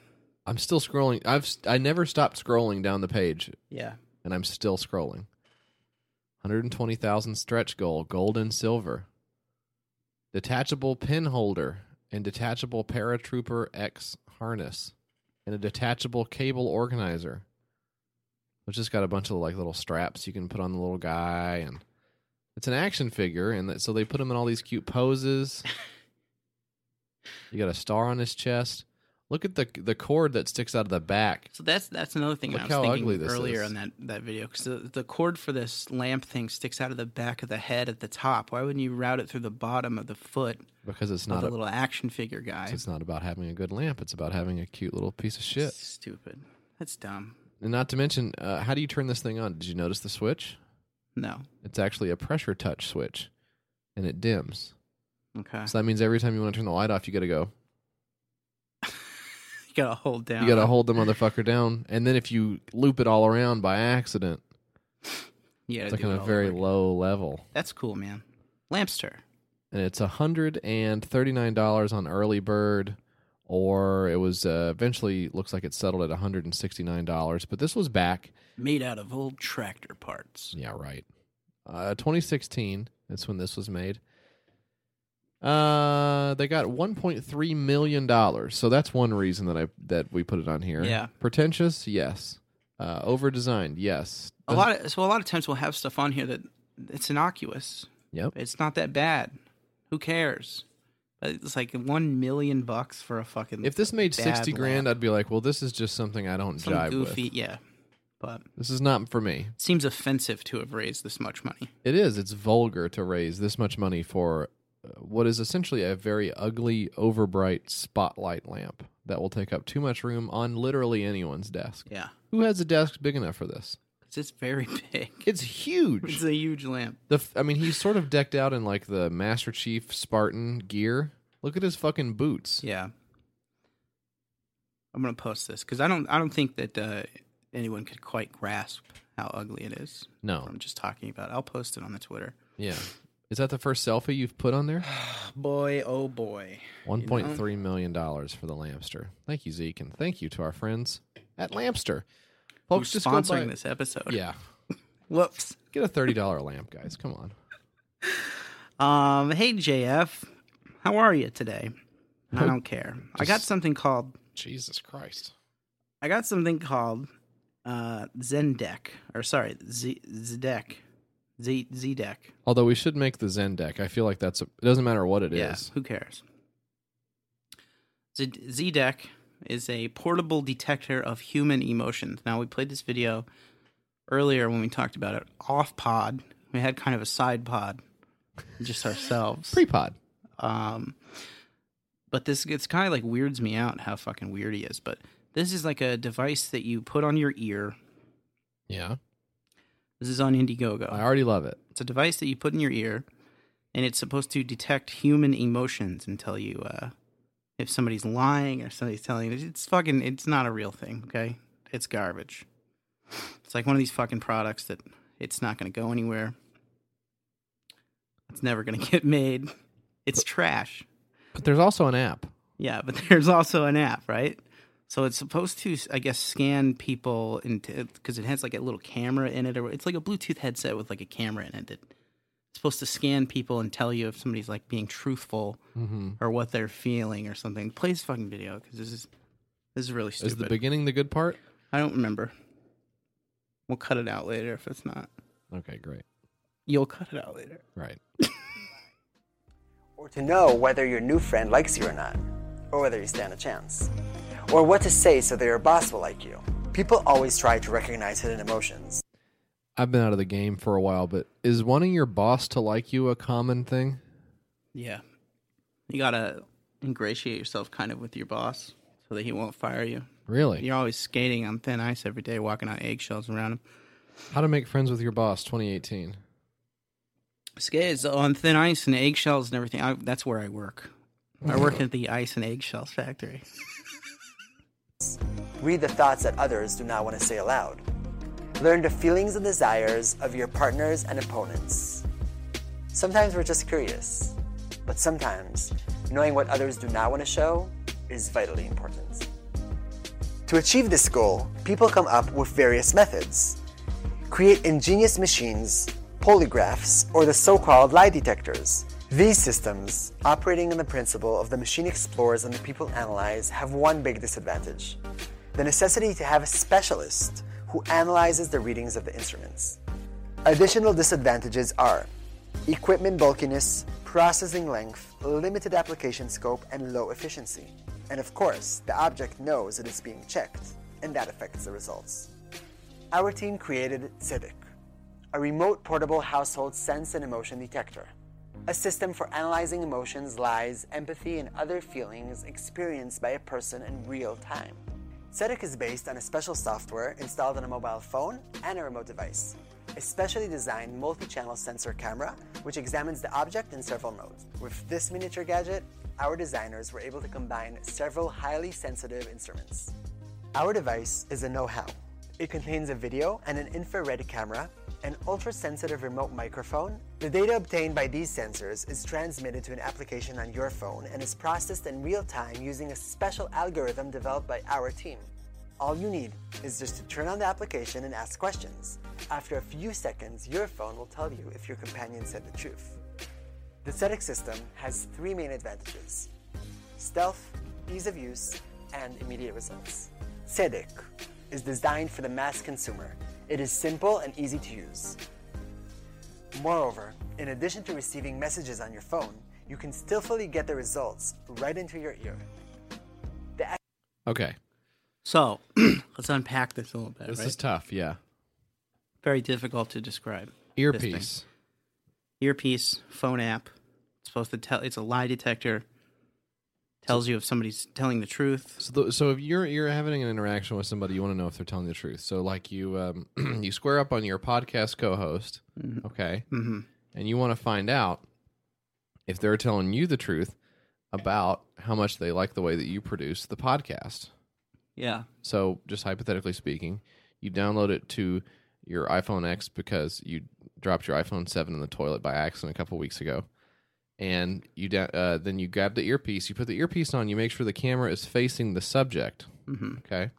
[SPEAKER 3] I'm still scrolling. I've st- I never stopped scrolling down the page,
[SPEAKER 4] yeah,
[SPEAKER 3] and I'm still scrolling. 120,000 stretch goal, gold and silver. Detachable pin holder and detachable paratrooper X harness and a detachable cable organizer. It's just got a bunch of like little straps you can put on the little guy and it's an action figure and that, so they put him in all these cute poses. you got a star on his chest. Look at the the cord that sticks out of the back.
[SPEAKER 4] So that's that's another thing
[SPEAKER 3] Look
[SPEAKER 4] I was
[SPEAKER 3] how
[SPEAKER 4] thinking
[SPEAKER 3] ugly this
[SPEAKER 4] earlier
[SPEAKER 3] is.
[SPEAKER 4] on that that video because the, the cord for this lamp thing sticks out of the back of the head at the top. Why wouldn't you route it through the bottom of the foot
[SPEAKER 3] Because it's
[SPEAKER 4] of
[SPEAKER 3] not a,
[SPEAKER 4] the little action figure guy?
[SPEAKER 3] it's not about having a good lamp. It's about having a cute little piece of shit.
[SPEAKER 4] Stupid. That's dumb.
[SPEAKER 3] And not to mention, uh, how do you turn this thing on? Did you notice the switch?
[SPEAKER 4] No.
[SPEAKER 3] It's actually a pressure touch switch, and it dims.
[SPEAKER 4] Okay.
[SPEAKER 3] So that means every time you want to turn the light off, you got to go.
[SPEAKER 4] you gotta hold down.
[SPEAKER 3] You got to hold the motherfucker down. And then if you loop it all around by accident,
[SPEAKER 4] Yeah.
[SPEAKER 3] it's like on a very low level.
[SPEAKER 4] That's cool, man. Lampster.
[SPEAKER 3] And it's $139 on early bird, or it was uh, eventually looks like it settled at $169. But this was back
[SPEAKER 4] made out of old tractor parts.
[SPEAKER 3] Yeah, right. Uh, 2016. That's when this was made. Uh, they got 1.3 million dollars. So that's one reason that I that we put it on here.
[SPEAKER 4] Yeah.
[SPEAKER 3] Pretentious, yes. Uh, over designed, yes.
[SPEAKER 4] A lot of so a lot of times we'll have stuff on here that it's innocuous.
[SPEAKER 3] Yep.
[SPEAKER 4] It's not that bad. Who cares? But It's like one million bucks for a fucking
[SPEAKER 3] If this made
[SPEAKER 4] bad
[SPEAKER 3] 60 grand,
[SPEAKER 4] lamp.
[SPEAKER 3] I'd be like, well, this is just something I don't
[SPEAKER 4] some
[SPEAKER 3] jive
[SPEAKER 4] goofy,
[SPEAKER 3] with.
[SPEAKER 4] yeah. But
[SPEAKER 3] This is not for me.
[SPEAKER 4] it seems offensive to have raised this much money.
[SPEAKER 3] It is. It's vulgar to raise this much money for uh, what is essentially a very ugly, overbright spotlight lamp that will take up too much room on literally anyone's desk.
[SPEAKER 4] Yeah,
[SPEAKER 3] Who has a desk big enough for this?
[SPEAKER 4] 'Cause it's very big.
[SPEAKER 3] It's
[SPEAKER 4] It's
[SPEAKER 3] huge.
[SPEAKER 4] a huge lamp.
[SPEAKER 3] The f- I mean, he's sort of decked out in like the Master Chief Spartan gear. Look at his fucking boots.
[SPEAKER 4] Yeah, I'm gonna post this because I don't I don't think that uh, anyone could quite grasp how ugly it is.
[SPEAKER 3] No.
[SPEAKER 4] I'm just talking about. I'll post it on the Twitter.
[SPEAKER 3] Yeah. Is that the first selfie you've put on there?
[SPEAKER 4] Boy, oh boy.
[SPEAKER 3] One point three million dollars for the Lampster. Thank you, Zeke, and thank you to our friends at Lampster. Folks,
[SPEAKER 4] Who's
[SPEAKER 3] just go buy.
[SPEAKER 4] sponsoring this episode?
[SPEAKER 3] Yeah,
[SPEAKER 4] Whoops.
[SPEAKER 3] get a thirty dollar lamp, guys. Come on.
[SPEAKER 4] Um, hey JF, how are you today? I don't care. I got something called
[SPEAKER 3] Jesus Christ.
[SPEAKER 4] I got something called uh Zendek or sorry, Z Zdeck. Z Zdeck.
[SPEAKER 3] Although we should make the Zen deck. I feel like that's a, it. Doesn't matter what it is.
[SPEAKER 4] yeah, who cares? Z Zdeck is a portable detector of human emotions. Now we played this video earlier when we talked about it off pod. We had kind of a side pod just ourselves.
[SPEAKER 3] Prepod.
[SPEAKER 4] Um, but this it's kind of like weirds me out how fucking weird he is. But this is like a device that you put on your ear.
[SPEAKER 3] Yeah.
[SPEAKER 4] This is on Indiegogo.
[SPEAKER 3] I already love it.
[SPEAKER 4] It's a device that you put in your ear, and it's supposed to detect human emotions and tell you uh, if somebody's lying or somebody's telling you. It's fucking. It's not a real thing. Okay, it's garbage. It's like one of these fucking products that it's not going to go anywhere. It's never going to get made. It's trash.
[SPEAKER 3] But there's also an app.
[SPEAKER 4] Yeah, but there's also an app, right? So it's supposed to, I guess, scan people into because it has like a little camera in it, or it's like a Bluetooth headset with like a camera in it that it's supposed to scan people and tell you if somebody's like being truthful
[SPEAKER 3] Mm-hmm.
[SPEAKER 4] or what they're feeling or something. Play this fucking video because this is this is really stupid.
[SPEAKER 3] Is the beginning the good part?
[SPEAKER 4] I don't remember. We'll cut it out later if it's not.
[SPEAKER 3] Okay, great.
[SPEAKER 4] You'll cut it out later.
[SPEAKER 3] Right.
[SPEAKER 6] or to know whether your new friend likes you or not, or whether you stand a chance, or what to say so that your boss will like you. People always try to recognize hidden emotions.
[SPEAKER 3] I've been out of the game for a while, but is wanting your boss to like you a common thing?
[SPEAKER 4] Yeah, you gotta ingratiate yourself kind of with your boss so that he won't fire you.
[SPEAKER 3] Really?
[SPEAKER 4] You're always skating on thin ice every day, walking on eggshells around him.
[SPEAKER 3] How to make friends with your boss 2018.
[SPEAKER 4] Skates on thin ice and eggshells and everything. I, that's where I work. I work at the ice and eggshells factory.
[SPEAKER 6] Read the thoughts that others do not want to say aloud. Learn the feelings and desires of your partners and opponents. Sometimes we're just curious. but sometimes knowing what others do not want to show is vitally important. To achieve this goal, people come up with various methods. Create ingenious machines, polygraphs, or the so called lie detectors. These systems, operating on the principle of the machine explores and the people analyze, have one big disadvantage the necessity to have a specialist who analyzes the readings of the instruments. Additional disadvantages are equipment bulkiness, processing length, limited application scope, and low efficiency. And of course, the object knows it is being checked, and that affects the results. Our team created Civic, a remote portable household sense and emotion detector, a system for analyzing emotions, lies, empathy, and other feelings experienced by a person in real time. Civic is based on a special software installed on a mobile phone and a remote device, a specially designed multi channel sensor camera which examines the object in several modes. With this miniature gadget, our designers were able to combine several highly sensitive instruments. Our device is a know how. It contains a video and an infrared camera, an ultra sensitive remote microphone. The data obtained by these sensors is transmitted to an application on your phone and is processed in real time using a special algorithm developed by our team. All you need is just to turn on the application and ask questions. After a few seconds, your phone will tell you if your companion said the truth. The SEDIC system has three main advantages stealth, ease of use, and immediate results. SEDIC is designed for the mass consumer. It is simple and easy to use. Moreover, in addition to receiving messages on your phone, you can still fully get the results right into your ear.
[SPEAKER 3] Okay.
[SPEAKER 4] So let's unpack this a little bit.
[SPEAKER 3] This
[SPEAKER 4] right?
[SPEAKER 3] is tough. Yeah.
[SPEAKER 4] very difficult to describe. This thing.
[SPEAKER 3] Earpiece.
[SPEAKER 4] earpiece, phone app. It's supposed to tell. It's a lie detector. Tells you if somebody's telling the truth.
[SPEAKER 3] So, th so if you're you're having an interaction with somebody, you want to know if they're telling the truth. So like you um, you square up on your podcast co-host, okay,
[SPEAKER 4] hmm
[SPEAKER 3] and you want to find out if they're telling you the truth about how much they like the way that you produce the podcast.
[SPEAKER 4] Yeah.
[SPEAKER 3] So just hypothetically speaking, you download it to your iPhone X because you dropped your iPhone 7 in the toilet by accident a couple weeks ago. And you da- uh, then you grab the earpiece, you put the earpiece on, you make sure the camera is facing the subject.
[SPEAKER 4] Mhm.
[SPEAKER 3] Okay.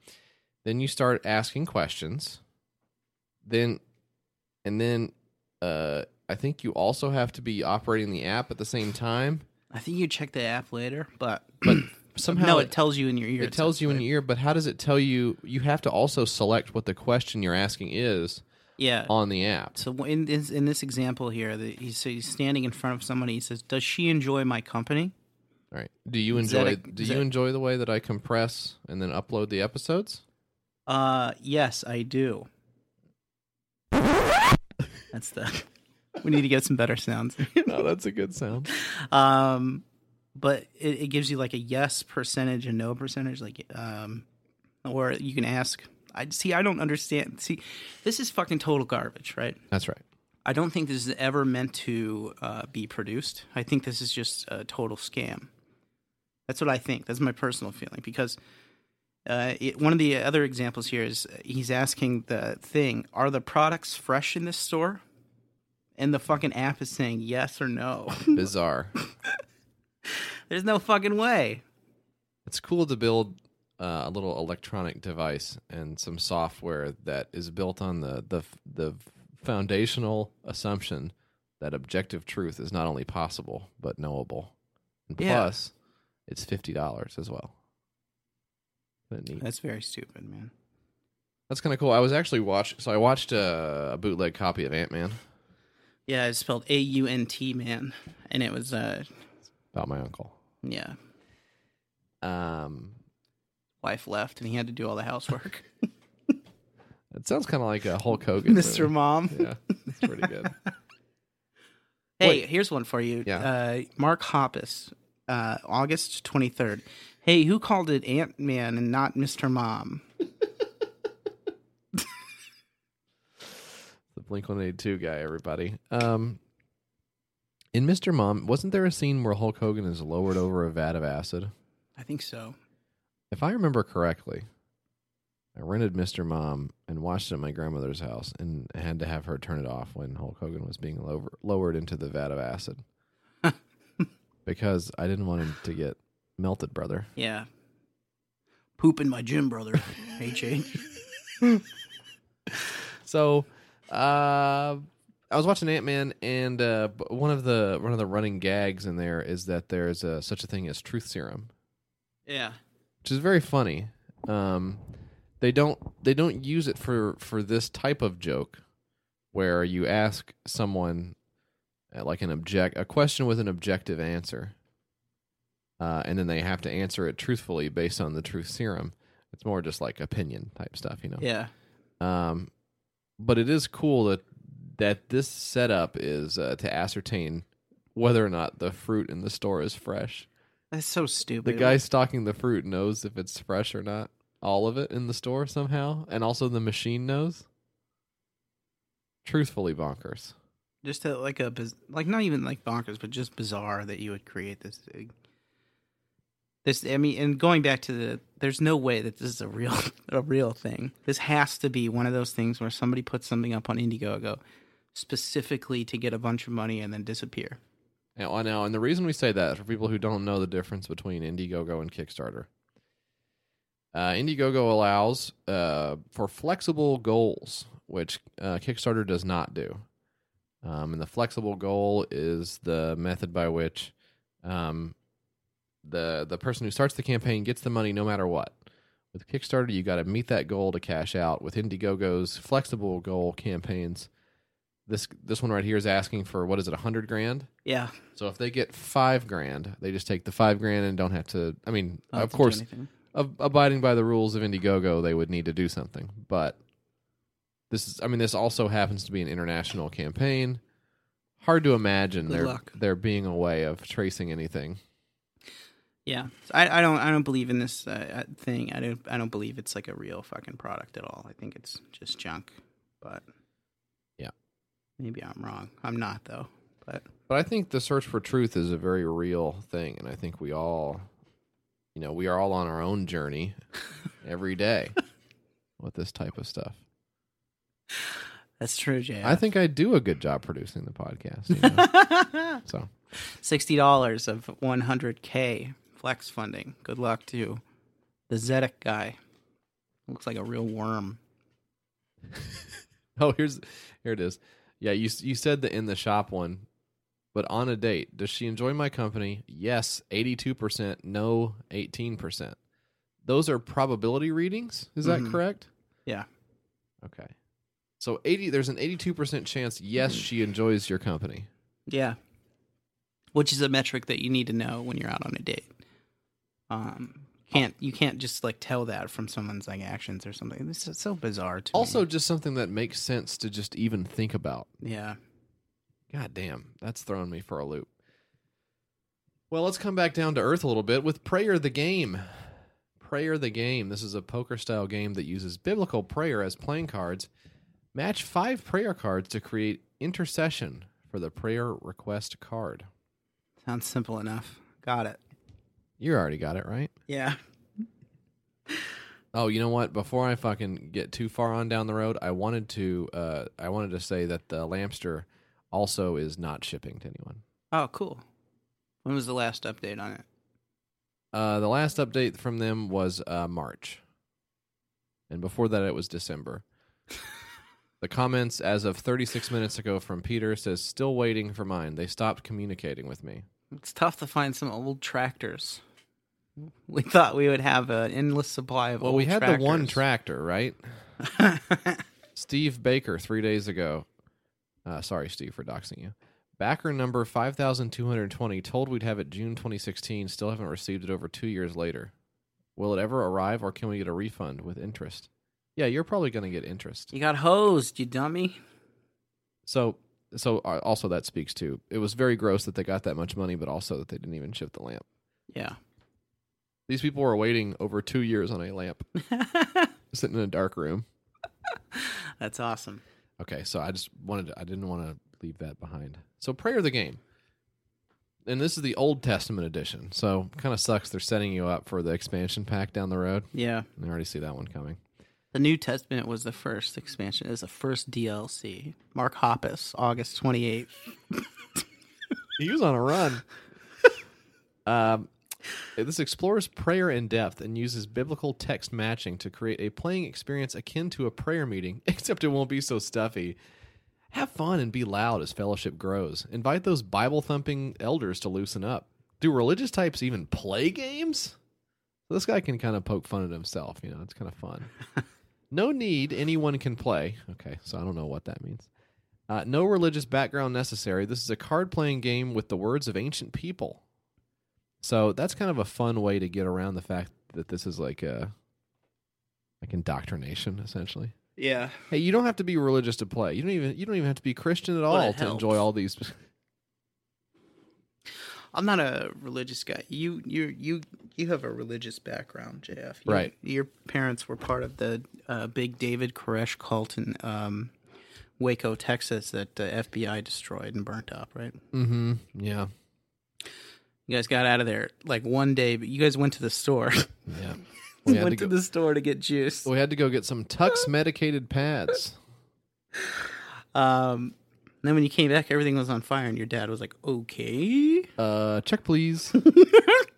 [SPEAKER 3] Then you start asking questions. Then, and then, uh, I think you also have to be operating the app at the same time.
[SPEAKER 4] I think you check the app later, but
[SPEAKER 3] But somehow
[SPEAKER 4] no, it tells you in your ear.
[SPEAKER 3] it tells you in
[SPEAKER 4] says,
[SPEAKER 3] your ear, but how does it tell you? You have to also select what the question you're asking is
[SPEAKER 4] Yeah.
[SPEAKER 3] on the app.
[SPEAKER 4] So in this, in this example here, the, he's, so he's standing in front of somebody. He says, "Does she enjoy my company?"
[SPEAKER 3] All right. Do you
[SPEAKER 4] Is that
[SPEAKER 3] enjoy?
[SPEAKER 4] a-
[SPEAKER 3] do
[SPEAKER 4] is
[SPEAKER 3] you
[SPEAKER 4] that-
[SPEAKER 3] enjoy the way that I compress and then upload the episodes?
[SPEAKER 4] Uh, yes, I do. That's the. We need to get some better sounds.
[SPEAKER 3] no, that's a good sound.
[SPEAKER 4] um, but it, it gives you like a yes percentage and no percentage, like um, or you can ask. I see. I don't understand. See, this is fucking total garbage, right?
[SPEAKER 3] That's right.
[SPEAKER 4] I don't think this is ever meant to uh, be produced. I think this is just a total scam. That's what I think. That's my personal feeling because uh, it, one of the other examples here is uh, he's asking the thing: Are the products fresh in this store? And the fucking app is saying yes or no.
[SPEAKER 3] Bizarre.
[SPEAKER 4] There's no fucking way.
[SPEAKER 3] it's cool to build uh, a little electronic device and some software that is built on the the the foundational assumption that objective truth is not only possible but knowable. And
[SPEAKER 4] Yeah.
[SPEAKER 3] plus, it's fifty dollars as well. Isn't that neat?
[SPEAKER 4] That's very stupid, man.
[SPEAKER 3] That's kind of cool. I was actually watch. So I watched a, a bootleg copy of Ant Man
[SPEAKER 4] Yeah, it's spelled A U N T, man, and it was uh,
[SPEAKER 3] about my uncle.
[SPEAKER 4] yeah,
[SPEAKER 3] Um,
[SPEAKER 4] wife left, and he had to do all the housework.
[SPEAKER 3] it sounds kind of like a Hulk Hogan.
[SPEAKER 4] Mr.
[SPEAKER 3] movie.
[SPEAKER 4] Mom.
[SPEAKER 3] Yeah, it's pretty good.
[SPEAKER 4] Hey,
[SPEAKER 3] Wait.
[SPEAKER 4] here's one for you.
[SPEAKER 3] Yeah.
[SPEAKER 4] Uh, Mark Hoppus, uh, August 23rd. Hey, who called it Ant Man and not Mr. Mom?
[SPEAKER 3] the Blink One Eighty Two guy, everybody. Um, in Mr. Mom, wasn't there a scene where Hulk Hogan is lowered over a vat of acid?
[SPEAKER 4] I think so.
[SPEAKER 3] If I remember correctly, I rented Mr. Mom and watched it at my grandmother's house, and had to have her turn it off when Hulk Hogan was being lower, lowered into the vat of acid. because I didn't want him to get melted, brother.
[SPEAKER 4] Yeah. Poop in my gym, brother. HH.
[SPEAKER 3] So, uh, I was watching Ant Man, and uh, b- one of the one of the running gags in there is that there's a, such a thing as truth serum,
[SPEAKER 4] Yeah.
[SPEAKER 3] which is very funny. Um, they don't they don't use it for for this type of joke, where you ask someone uh, like an object a question with an objective answer, uh, and then they have to answer it truthfully based on the truth serum. It's more just like opinion type stuff, you know.
[SPEAKER 4] Yeah.
[SPEAKER 3] Um, but it is cool that that this setup is uh, to ascertain whether or not the fruit in the store is fresh.
[SPEAKER 4] That's so
[SPEAKER 3] The
[SPEAKER 4] stupid.
[SPEAKER 3] guy stocking the fruit knows if it's fresh or not. All of it in the store somehow, and also the machine knows. Truthfully, bonkers.
[SPEAKER 4] just to, like a biz- like not even like bonkers, but just bizarre that you would create this thing. This I mean, and going back to the, there's no way that this is a real a real thing. This has to be one of those things where somebody puts something up on Indiegogo specifically to get a bunch of money and then disappear.
[SPEAKER 3] Now, now, and the reason we say that is for people who don't know the difference between Indiegogo and Kickstarter. Uh, Indiegogo allows uh, for flexible goals, which uh, Kickstarter does not do. Um, and the flexible goal is the method by which um, the the person who starts the campaign gets the money no matter what. With Kickstarter, you got to meet that goal to cash out. With Indiegogo's flexible goal campaigns, this this one right here is asking for what is it, a hundred grand?
[SPEAKER 4] Yeah,
[SPEAKER 3] So if they get five grand, they just take the five grand and don't have to. I mean,
[SPEAKER 4] Not
[SPEAKER 3] of
[SPEAKER 4] to do
[SPEAKER 3] course,
[SPEAKER 4] anything.
[SPEAKER 3] ab- abiding by the rules of Indiegogo, they would need to do something. But this is, I mean, this also happens to be an international campaign. Hard to imagine
[SPEAKER 4] Good
[SPEAKER 3] there
[SPEAKER 4] luck.
[SPEAKER 3] there being a way of tracing anything.
[SPEAKER 4] Yeah, So I, I don't I don't believe in this uh, uh, thing. I don't I don't believe it's like a real fucking product at all. I think it's just junk. But
[SPEAKER 3] Yeah.
[SPEAKER 4] maybe I'm wrong. I'm not though. But
[SPEAKER 3] But I think the search for truth is a very real thing, and I think we all, you know, we are all on our own journey every day with this type of stuff.
[SPEAKER 4] that's true, Jay.
[SPEAKER 3] I think I do a good job producing the podcast. You know? so.
[SPEAKER 4] Sixty dollars of one hundred K flex funding. Good luck to the Zedek guy. Looks like a real worm.
[SPEAKER 3] Oh, here's here it is. Yeah, you s- you said the in the shop one, but on a date, does she enjoy my company? Yes, eighty two percent. No, eighteen percent. Those are probability readings. Is that
[SPEAKER 4] Mhm.
[SPEAKER 3] correct?
[SPEAKER 4] Yeah.
[SPEAKER 3] Okay. So eighty. There's an eighty two percent chance. Yes, she enjoys your company.
[SPEAKER 4] Yeah. Which is a metric that you need to know when you're out on a date. Um can't you can't just like tell that from someone's like actions or something. This is so bizarre to me.
[SPEAKER 3] Also, just something that makes sense to just even think about.
[SPEAKER 4] Yeah.
[SPEAKER 3] God damn, that's throwing me for a loop. Well, let's come back down to earth a little bit with Prayer the Game. Prayer the Game. This is a poker style game that uses biblical prayer as playing cards. Match five prayer cards to create intercession for the prayer request card.
[SPEAKER 4] Sounds simple enough. Got it.
[SPEAKER 3] You already got it, right?
[SPEAKER 4] Yeah.
[SPEAKER 3] Oh, you know what? Before I fucking get too far on down the road, I wanted to uh, I wanted to say that the Lampster also is not shipping to anyone.
[SPEAKER 4] Oh, cool. When was the last update on it?
[SPEAKER 3] Uh, the last update from them was uh, March, and before that it was December. the comments as of 36 minutes ago from Peter says, "Still waiting for mine. They stopped communicating with me."
[SPEAKER 4] It's tough to find some old tractors. We thought we would have an endless supply of
[SPEAKER 3] Well,
[SPEAKER 4] old
[SPEAKER 3] we had the one
[SPEAKER 4] tractors.
[SPEAKER 3] tractor, right? Steve Baker three days ago. Uh, sorry, Steve, for doxing you. Backer number 5,220 told we'd have it June 2016. Still haven't received it over two years later. Will it ever arrive, or can we get a refund with interest? Yeah, you're probably going to get interest.
[SPEAKER 4] You got hosed, you dummy.
[SPEAKER 3] So, so uh, also that speaks to it was very gross that they got that much money, but also that they didn't even ship the lamp.
[SPEAKER 4] Yeah.
[SPEAKER 3] These people were waiting over two years on a lamp, sitting in a dark room.
[SPEAKER 4] That's awesome.
[SPEAKER 3] Okay, so I just wanted to, I didn't want to leave that behind. So prayer of the game, and this is the Old Testament edition. So kind of sucks they're setting you up for the expansion pack down the road.
[SPEAKER 4] Yeah.
[SPEAKER 3] I already see that one coming.
[SPEAKER 4] The New Testament was the first expansion. It was the first DLC. Mark Hoppus, August 28th.
[SPEAKER 3] He was on a run. Um, this explores prayer in depth and uses biblical text matching to create a playing experience akin to a prayer meeting, except it won't be so stuffy. Have fun and be loud as fellowship grows. Invite those Bible thumping elders to loosen up. Do religious types even play games? So this guy can kind of poke fun at himself, you know, it's kind of fun. no need, anyone can play. Okay, so I don't know what that means. Uh, no religious background necessary. This is a card playing game with the words of ancient people. So that's kind of a fun way to get around the fact that this is like a like indoctrination essentially.
[SPEAKER 4] Yeah.
[SPEAKER 3] Hey, you don't have to be religious to play. You don't even you don't even have to be Christian at
[SPEAKER 4] Well, it
[SPEAKER 3] all to
[SPEAKER 4] helps.
[SPEAKER 3] enjoy all these.
[SPEAKER 4] I'm not a religious guy. You you you you have a religious background, JF. You-
[SPEAKER 3] Right.
[SPEAKER 4] Your parents were part of the uh, big David Koresh cult in um, Waco, Texas, that the FBI destroyed and burnt up. Right.
[SPEAKER 3] mm-hmm. Yeah.
[SPEAKER 4] You guys got out of there like one day, but you guys went to the store.
[SPEAKER 3] Yeah. We had,
[SPEAKER 4] You
[SPEAKER 3] to
[SPEAKER 4] went to
[SPEAKER 3] go,
[SPEAKER 4] the store to get juice.
[SPEAKER 3] we had to go get some Tux medicated pads.
[SPEAKER 4] Um, and then when you came back, everything was on fire, and your dad was like, "Okay."
[SPEAKER 3] Uh check please.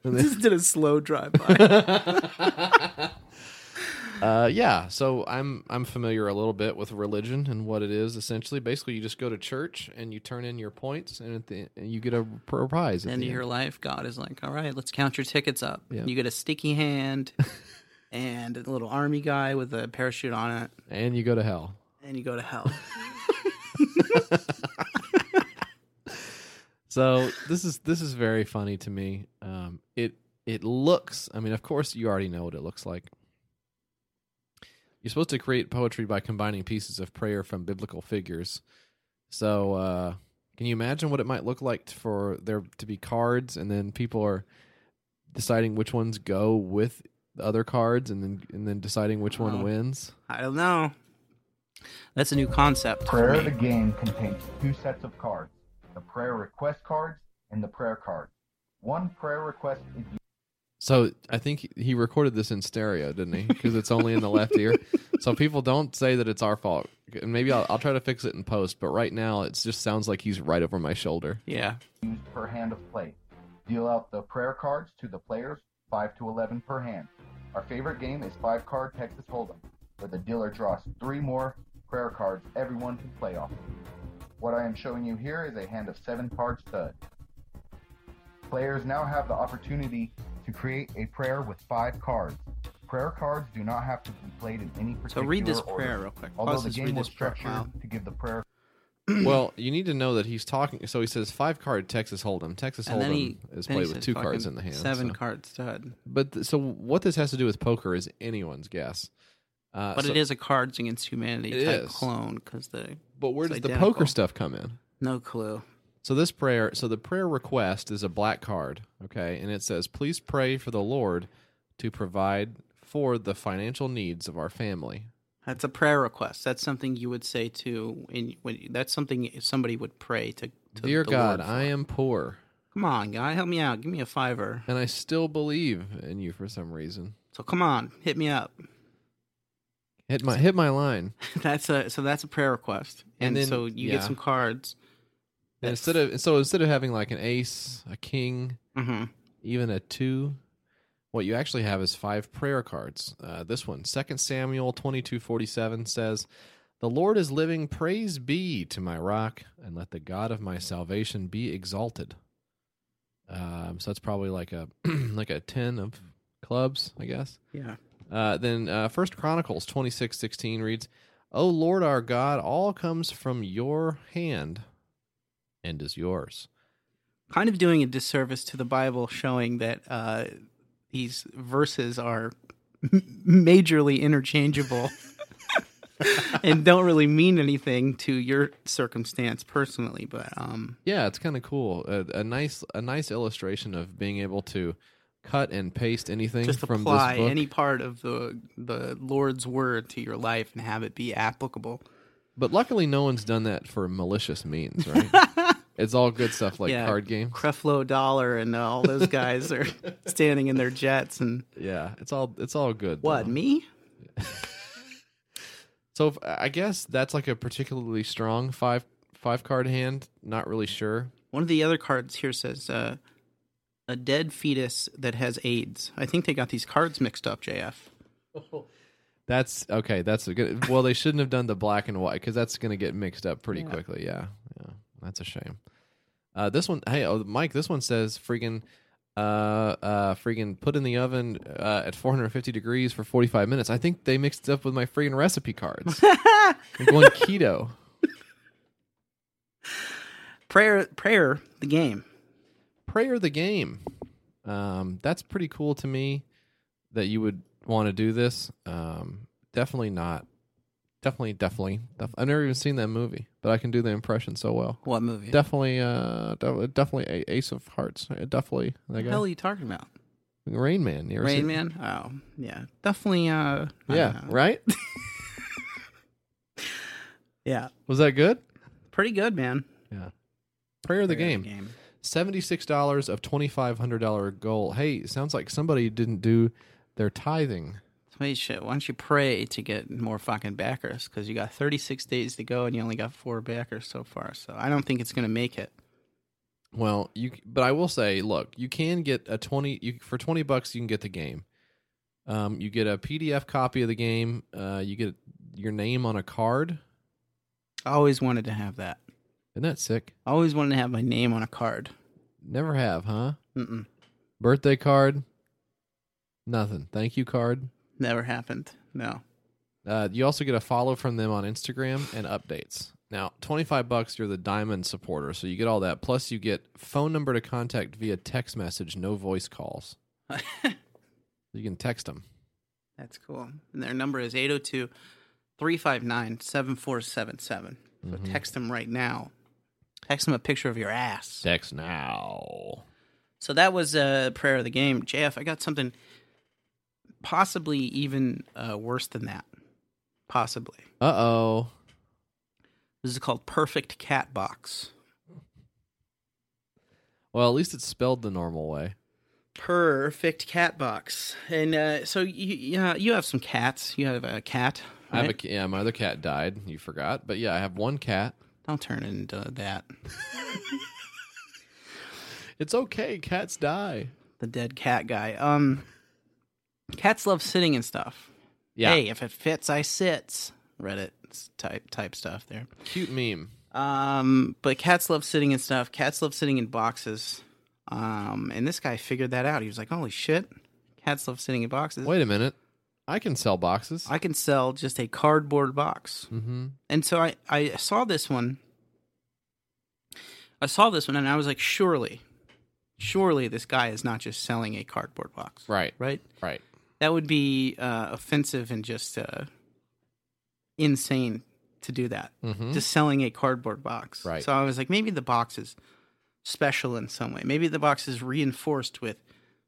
[SPEAKER 4] Just did a slow drive by.
[SPEAKER 3] Uh, yeah, so I'm I'm familiar a little bit with religion and what it is. Essentially, basically, you just go to church and you turn in your points, and at the and you get a pr- prize. At
[SPEAKER 4] End
[SPEAKER 3] the
[SPEAKER 4] of your
[SPEAKER 3] end.
[SPEAKER 4] life, God is like, "All right, let's count your tickets up."
[SPEAKER 3] Yeah.
[SPEAKER 4] You get a sticky hand and a little army guy with a parachute on it,
[SPEAKER 3] and you go to hell.
[SPEAKER 4] and you go to hell.
[SPEAKER 3] So this is this is very funny to me. Um, it it looks. I mean, of course, you already know what it looks like. You're supposed to create poetry by combining pieces of prayer from biblical figures. So uh, can you imagine what it might look like for there to be cards, and then people are deciding which ones go with the other cards, and then and then deciding which one
[SPEAKER 4] Wow.
[SPEAKER 3] wins.
[SPEAKER 4] I don't know. That's a new concept. for
[SPEAKER 7] Prayer of
[SPEAKER 4] me.
[SPEAKER 7] the game contains two sets of cards the prayer request cards and the prayer cards. One prayer request is
[SPEAKER 3] So I think he- he recorded this in stereo, didn't he? Because it's only in the left ear. So people don't say that it's our fault. And maybe I'll, I'll try to fix it in post. But right now, it just sounds like he's right over my shoulder.
[SPEAKER 4] Yeah.
[SPEAKER 7] used per hand of play. Deal out the prayer cards to the players, 5 to 11 per hand. Our favorite game is 5 card Texas Hold'em, where the dealer draws 3 more prayer cards everyone can play off. of. What I am showing you here is a hand of 7 card stud. Players now have the opportunity to create a prayer with 5 cards. Prayer cards do not have to be played in any
[SPEAKER 4] So
[SPEAKER 7] particular
[SPEAKER 4] read this
[SPEAKER 7] order.
[SPEAKER 4] prayer real quick.
[SPEAKER 7] Although
[SPEAKER 4] Pause
[SPEAKER 7] the
[SPEAKER 4] this, read
[SPEAKER 7] game was
[SPEAKER 4] this prayer.
[SPEAKER 7] structured
[SPEAKER 4] Wow.
[SPEAKER 7] to give the prayer
[SPEAKER 3] well, you need to know that he's talking. So he says five card Texas Hold'em. Texas
[SPEAKER 4] And then
[SPEAKER 3] Hold'em
[SPEAKER 4] he
[SPEAKER 3] is
[SPEAKER 4] then he
[SPEAKER 3] played with
[SPEAKER 4] said
[SPEAKER 3] two cards
[SPEAKER 4] fucking
[SPEAKER 3] in the hand.
[SPEAKER 4] Seven
[SPEAKER 3] so.
[SPEAKER 4] card stud.
[SPEAKER 3] But th- so what this has to do with poker is anyone's guess. Uh,
[SPEAKER 4] But
[SPEAKER 3] so-
[SPEAKER 4] it is a Cards Against Humanity
[SPEAKER 3] It
[SPEAKER 4] type
[SPEAKER 3] is.
[SPEAKER 4] clone because the
[SPEAKER 3] But where
[SPEAKER 4] it's
[SPEAKER 3] does the
[SPEAKER 4] identical.
[SPEAKER 3] poker stuff come in?
[SPEAKER 4] no clue.
[SPEAKER 3] So this prayer, so the prayer request is a black card, okay, and it says, "Please pray for the Lord to provide for the financial needs of our family."
[SPEAKER 4] That's a prayer request. That's something you would say to in when that's something somebody would pray to. to
[SPEAKER 3] Dear
[SPEAKER 4] the
[SPEAKER 3] God,
[SPEAKER 4] Lord for.
[SPEAKER 3] I am poor,
[SPEAKER 4] Come on, guy, help me out. Give me a fiver.
[SPEAKER 3] and I still believe in you for some reason.
[SPEAKER 4] So come on, hit me up.
[SPEAKER 3] Hit my hit my line.
[SPEAKER 4] That's a so that's a prayer request, and,
[SPEAKER 3] And then-
[SPEAKER 4] so you
[SPEAKER 3] yeah.
[SPEAKER 4] get some cards.
[SPEAKER 3] And instead of so instead of having like an ace, a king,
[SPEAKER 4] hmm
[SPEAKER 3] even a two, what you actually have is five prayer cards. Uh, this one, 2 Samuel twenty two forty seven says, "The Lord is living; praise be to my rock, and let the God of my salvation be exalted." Um, so that's probably like a like a ten of clubs, I guess.
[SPEAKER 4] yeah,
[SPEAKER 3] Uh, then uh, First Chronicles twenty six sixteen reads, "O Lord our God, all comes from your hand, and is yours."
[SPEAKER 4] kind of doing a disservice to the Bible, showing that uh, these verses are majorly interchangeable and don't really mean anything to your circumstance personally. But um,
[SPEAKER 3] Yeah, it's kind of cool. A, a nice, a nice illustration of being able to cut and paste anything
[SPEAKER 4] just
[SPEAKER 3] from
[SPEAKER 4] apply
[SPEAKER 3] this book.
[SPEAKER 4] any part of the the Lord's word to your life and have it be applicable.
[SPEAKER 3] But luckily, no one's done that for malicious means, right? it's all good stuff like
[SPEAKER 4] Yeah,
[SPEAKER 3] card games.
[SPEAKER 4] Creflo Dollar and uh, all those guys are standing in their jets and
[SPEAKER 3] yeah, it's all it's all good.
[SPEAKER 4] what
[SPEAKER 3] though.
[SPEAKER 4] me?
[SPEAKER 3] So if, I guess that's like a particularly strong five five card hand. Not really sure.
[SPEAKER 4] One of the other cards here says, uh, a dead fetus that has AIDS. I think they got these cards mixed up, JF.
[SPEAKER 3] That's okay. That's a good. Well, they shouldn't have done the black and white because that's going to get mixed up pretty quickly. Yeah, yeah. That's a shame. Uh, this one, hey, oh, Mike. This one says freaking, uh, uh, freaking put in the oven uh, at 450 degrees for 45 minutes. I think they mixed it up with my freaking recipe cards. I'm going keto.
[SPEAKER 4] Prayer, prayer, the game.
[SPEAKER 3] Prayer the game. Um, that's pretty cool to me that you would want to do this. Um, definitely not. Definitely, definitely. Def- I've never even seen that movie, but I can do the impression so well.
[SPEAKER 4] What movie?
[SPEAKER 3] Definitely, uh, def- definitely a- Ace of Hearts. Uh, Definitely, that
[SPEAKER 4] hell
[SPEAKER 3] guy.
[SPEAKER 4] are you talking about?
[SPEAKER 3] Rain Man. Uh-huh. You ever
[SPEAKER 4] Rain
[SPEAKER 3] seen-
[SPEAKER 4] Man? Oh, yeah. Definitely, uh. I
[SPEAKER 3] Yeah,
[SPEAKER 4] don't know.
[SPEAKER 3] right.
[SPEAKER 4] Yeah.
[SPEAKER 3] Was that good?
[SPEAKER 4] Pretty good, man.
[SPEAKER 3] Prayer of the
[SPEAKER 4] Prayer
[SPEAKER 3] game. Seventy-six dollars of twenty-five hundred dollar goal. Hey, sounds like somebody didn't do their tithing.
[SPEAKER 4] Wait, shit. Why don't you pray to get more fucking backers? Because you got 36 days to go and you only got four backers so far. So I don't think it's going to make it.
[SPEAKER 3] Well, you. But I will say, look, you can get a twenty. You for twenty bucks, you can get the game. Um, you get a PDF copy of the game. Uh, you get your name on a card.
[SPEAKER 4] I always wanted to have that.
[SPEAKER 3] Isn't that sick?
[SPEAKER 4] I always wanted to have my name on a card.
[SPEAKER 3] Never have, huh?
[SPEAKER 4] Mm-mm.
[SPEAKER 3] Birthday card. Nothing. Thank you card.
[SPEAKER 4] Never happened. No.
[SPEAKER 3] Uh, you also get a follow from them on Instagram and updates. Now, 25 bucks, you're the diamond supporter, so you get all that. Plus, you get phone number to contact via text message, no voice calls. You can text them.
[SPEAKER 4] That's cool. And their number is 802 359 7477. So text them right now. Text them a picture of your ass.
[SPEAKER 3] Text now.
[SPEAKER 4] So that was uh, prayer of the game. JF, I got something possibly even uh, worse than that. Possibly.
[SPEAKER 3] Uh oh.
[SPEAKER 4] This is called Perfect Cat Box.
[SPEAKER 3] Well, at least it's spelled the normal way.
[SPEAKER 4] Perfect Cat Box. And uh, so you, yeah, you have some cats. You have a cat.
[SPEAKER 3] I have a,
[SPEAKER 4] right?
[SPEAKER 3] ca- yeah, my other cat died. You forgot. But yeah, I have one cat.
[SPEAKER 4] Don't turn it into that.
[SPEAKER 3] It's okay. Cats die.
[SPEAKER 4] The dead cat guy. Um, cats love sitting and stuff.
[SPEAKER 3] Yeah.
[SPEAKER 4] Hey, if it fits, I sits. Reddit type type stuff there.
[SPEAKER 3] Cute meme.
[SPEAKER 4] Um, but cats love sitting and stuff. Cats love sitting in boxes. Um, and this guy figured that out. He was like, "Holy shit, cats love sitting in boxes.
[SPEAKER 3] Wait a minute. I can sell boxes.
[SPEAKER 4] I can sell just a cardboard box."
[SPEAKER 3] mm-hmm.
[SPEAKER 4] And so I I saw this one. I saw this one, and I was like, "Surely, surely this guy is not just selling a cardboard box,
[SPEAKER 3] Right.
[SPEAKER 4] Right?
[SPEAKER 3] Right.
[SPEAKER 4] That would be uh, offensive and just uh, insane to do that."
[SPEAKER 3] Mm-hmm.
[SPEAKER 4] just selling a cardboard box.
[SPEAKER 3] Right.
[SPEAKER 4] So I was like, maybe the box is special in some way. Maybe the box is reinforced with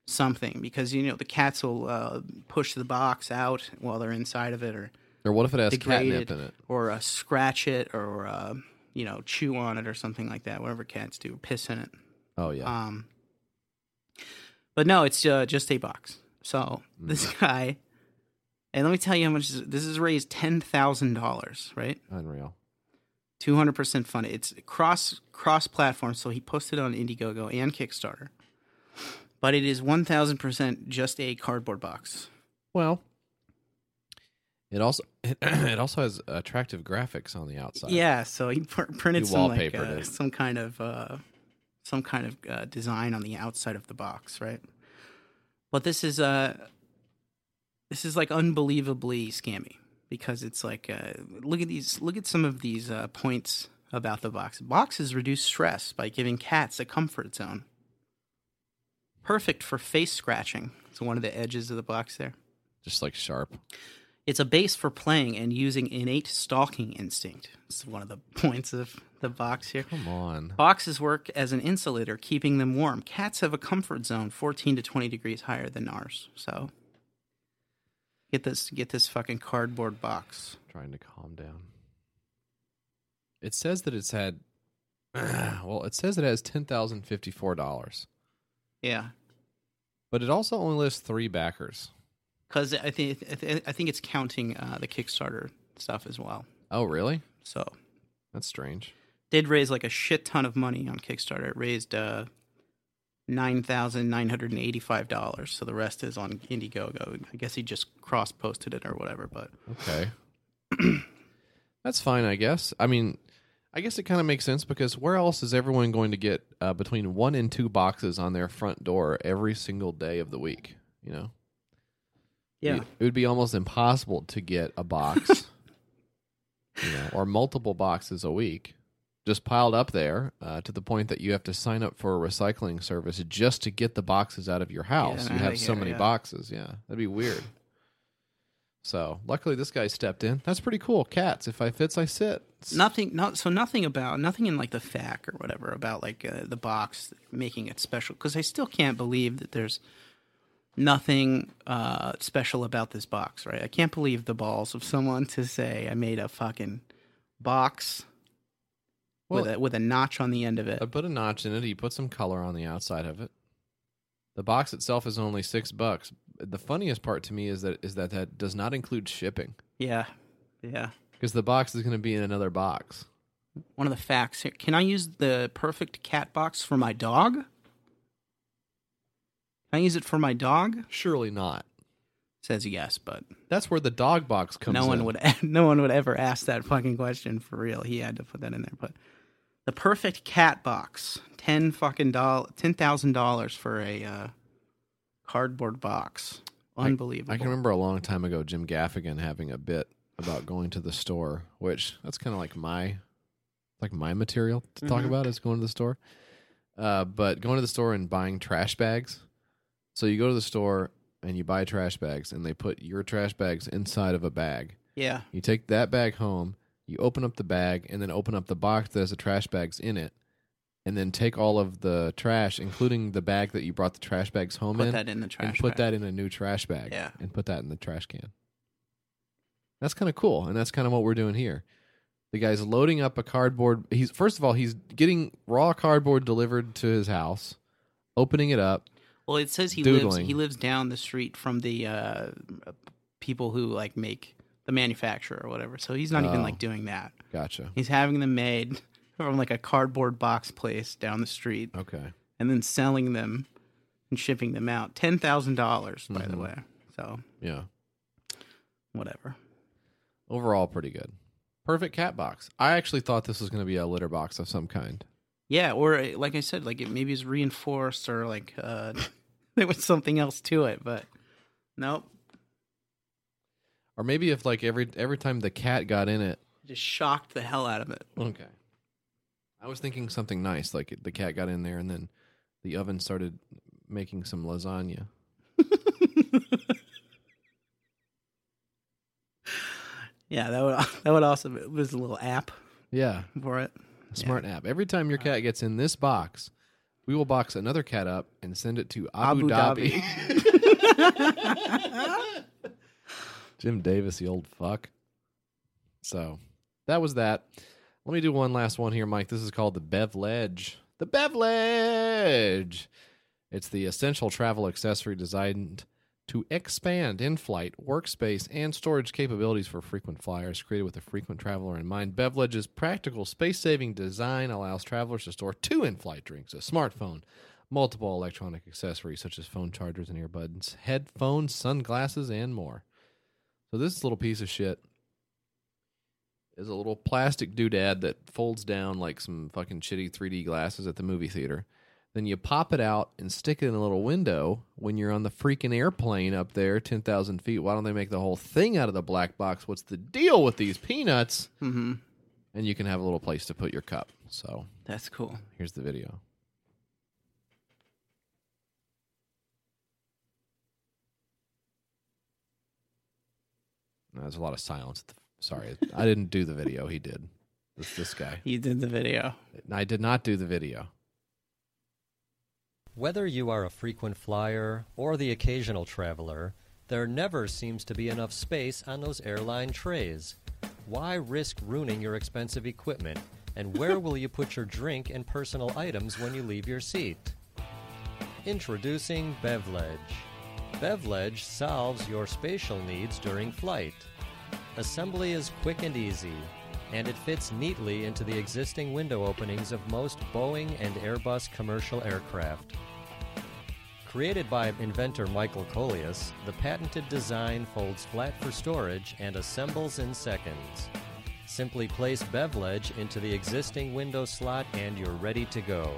[SPEAKER 4] something because you know the cats will uh, push the box out while they're inside of it, or
[SPEAKER 3] Or what if it has
[SPEAKER 4] degrade
[SPEAKER 3] catnip
[SPEAKER 4] it,
[SPEAKER 3] in it?
[SPEAKER 4] or uh, scratch it, or uh, you know chew on it, or something like that. Whatever cats do, piss in it.
[SPEAKER 3] Oh yeah.
[SPEAKER 4] Um, but no, it's uh, just a box. So this guy, and let me tell you how much this- this has raised ten thousand dollars, right?
[SPEAKER 3] Unreal.
[SPEAKER 4] two hundred percent funded. It's cross cross platform, so he posted on Indiegogo and Kickstarter. But it is one thousand percent just a cardboard box.
[SPEAKER 3] Well, it also it also has attractive graphics on the outside.
[SPEAKER 4] Yeah, so he pr- printed
[SPEAKER 3] You
[SPEAKER 4] some like
[SPEAKER 3] wallpapered
[SPEAKER 4] uh,
[SPEAKER 3] it.
[SPEAKER 4] some kind of uh, some kind of uh, design on the outside of the box, right? But this is uh this is like unbelievably scammy because it's like uh, look at these look at some of these uh, points about the box. Boxes reduce stress by giving cats a comfort zone. Perfect for face scratching. It's one of the edges of the box there.
[SPEAKER 3] just like sharp.
[SPEAKER 4] It's a base for playing and using innate stalking instinct. It's one of the points of the box here.
[SPEAKER 3] Come on.
[SPEAKER 4] Boxes work as an insulator, keeping them warm. Cats have a comfort zone 14 to 20 degrees higher than ours. So get this get this fucking cardboard box.
[SPEAKER 3] Trying to calm down. It says that it's had. well, it says it has ten thousand fifty four dollars,
[SPEAKER 4] Yeah.
[SPEAKER 3] but it also only lists three backers.
[SPEAKER 4] Cuz I think I thi- I think it's counting uh, the Kickstarter stuff as well.
[SPEAKER 3] Oh, really?
[SPEAKER 4] So
[SPEAKER 3] That's strange.
[SPEAKER 4] did raise like a shit ton of money on Kickstarter. It raised uh nine thousand nine hundred and eighty-five dollars. So the rest is on Indiegogo. I guess he just cross-posted it or whatever. But
[SPEAKER 3] Okay. That's fine, I guess. I mean, I guess it kind of makes sense because where else is everyone going to get uh, between one and two boxes on their front door every single day of the week? You know, it, it would be almost impossible to get a box, you know, or multiple boxes a week just piled up there uh, to the point that you have to sign up for a recycling service just to get the boxes out of your house.
[SPEAKER 4] Yeah,
[SPEAKER 3] you
[SPEAKER 4] outta
[SPEAKER 3] have so
[SPEAKER 4] here,
[SPEAKER 3] many
[SPEAKER 4] yeah.
[SPEAKER 3] boxes. Yeah, that'd be weird. So luckily, this guy stepped in. That's pretty cool. Cats, if I fits, I sit. It's-
[SPEAKER 4] nothing not so nothing about nothing in like the fac or whatever about like uh, the box making it special because i still can't believe that there's nothing uh special about this box right i can't believe the balls of someone to say i made a fucking box with
[SPEAKER 3] Well-
[SPEAKER 4] a with a notch on the end of it
[SPEAKER 3] I put a notch in it. You put some color on the outside of it. The box itself is only six bucks. The funniest part to me is that is that that does not include shipping
[SPEAKER 4] yeah yeah
[SPEAKER 3] because the box is going to be in another box.
[SPEAKER 4] one of the facts here can i use the perfect cat box for my dog can i use it for my dog
[SPEAKER 3] Surely not.
[SPEAKER 4] says yes but
[SPEAKER 3] That's where the dog box comes.
[SPEAKER 4] no one
[SPEAKER 3] in.
[SPEAKER 4] would no one would ever ask that fucking question for real. He had to put that in there. But the perfect cat box, ten fucking doll, ten thousand dollars for a uh, cardboard box. Unbelievable.
[SPEAKER 3] I can remember a long time ago Jim Gaffigan having a bit about going to the store, which that's kind of like my like my material to
[SPEAKER 4] Mm-hmm.
[SPEAKER 3] talk about is going to the store. Uh, but going to the store and buying trash bags. So you go to the store and you buy trash bags, and they put your trash bags inside of a bag.
[SPEAKER 4] Yeah,
[SPEAKER 3] You take that bag home, you open up the bag, and then open up the box that has the trash bags in it, and then take all of the trash, including the bag that you brought the trash bags home
[SPEAKER 4] put
[SPEAKER 3] in,
[SPEAKER 4] that in the trash.
[SPEAKER 3] Oh, and put
[SPEAKER 4] bag.
[SPEAKER 3] that in a new trash bag.
[SPEAKER 4] Yeah.
[SPEAKER 3] And put that in the trash can. That's kind of cool. And that's kind of what we're doing here. The guy's loading up a cardboard. He's first of all, he's getting raw cardboard delivered to his house, opening it up.
[SPEAKER 4] Well, it says he lives.
[SPEAKER 3] doodling.
[SPEAKER 4] He lives down the street from the uh, people who like make the manufacturer or whatever. So he's not even
[SPEAKER 3] Oh.
[SPEAKER 4] like doing that.
[SPEAKER 3] Gotcha.
[SPEAKER 4] He's having them made from like a cardboard box place down the street.
[SPEAKER 3] Okay.
[SPEAKER 4] and then selling them and shipping them out. Ten thousand dollars, by the
[SPEAKER 3] Mhm.
[SPEAKER 4] way. So
[SPEAKER 3] Yeah.
[SPEAKER 4] whatever.
[SPEAKER 3] Overall pretty good. Perfect cat box. I actually thought this was going to be a litter box of some kind.
[SPEAKER 4] Yeah, or uh, like I said, like it maybe is reinforced or like uh there was something else to it, but nope.
[SPEAKER 3] Or maybe if like every every time the cat got in it.
[SPEAKER 4] Just shocked the hell out of it.
[SPEAKER 3] Okay. I was thinking something nice like the cat got in there and then the oven started making some lasagna.
[SPEAKER 4] Yeah, that would that would also be, was a little app
[SPEAKER 3] Yeah,
[SPEAKER 4] for it.
[SPEAKER 3] a smart app. Every time your cat gets in this box, we will box another cat up and send it to Abu,
[SPEAKER 4] Abu
[SPEAKER 3] Dhabi.
[SPEAKER 4] Dhabi.
[SPEAKER 3] Jim Davis, the old fuck. So that was that. Let me do one last one here, Mike. This is called the Bev Ledge. The Bev Ledge. It's the essential travel accessory designed to expand in flight, workspace, and storage capabilities for frequent flyers, created with a frequent traveler in mind. Bevledge's practical space saving design allows travelers to store two in flight drinks, a smartphone, multiple electronic accessories such as phone chargers and earbuds, headphones, sunglasses, and more. So this little piece of shit is a little plastic doodad that folds down like some fucking shitty 3D glasses at the movie theater. Then you pop it out and stick it in a little window when you're on the freaking airplane up there, 10,000 feet. Why don't they make the whole thing out of the black box? What's the deal with these peanuts?
[SPEAKER 4] hmm
[SPEAKER 3] And you can have a little place to put your cup. So
[SPEAKER 4] That's cool.
[SPEAKER 3] here's the video. No, There's a lot of silence. at the- Sorry, I didn't do the video. He did. This, this guy.
[SPEAKER 4] You did the video.
[SPEAKER 3] I did not do the video.
[SPEAKER 8] Whether you are a frequent flyer or the occasional traveler, there never seems to be enough space on those airline trays. Why risk ruining your expensive equipment? And where will you put your drink and personal items when you leave your seat? Introducing BevLedge. BevLedge solves your spatial needs during flight. Assembly is quick and easy, and it fits neatly into the existing window openings of most Boeing and Airbus commercial aircraft. Created by inventor Michael Colias, the patented design folds flat for storage and assembles in seconds. Simply place BevLedge into the existing window slot and you're ready to go.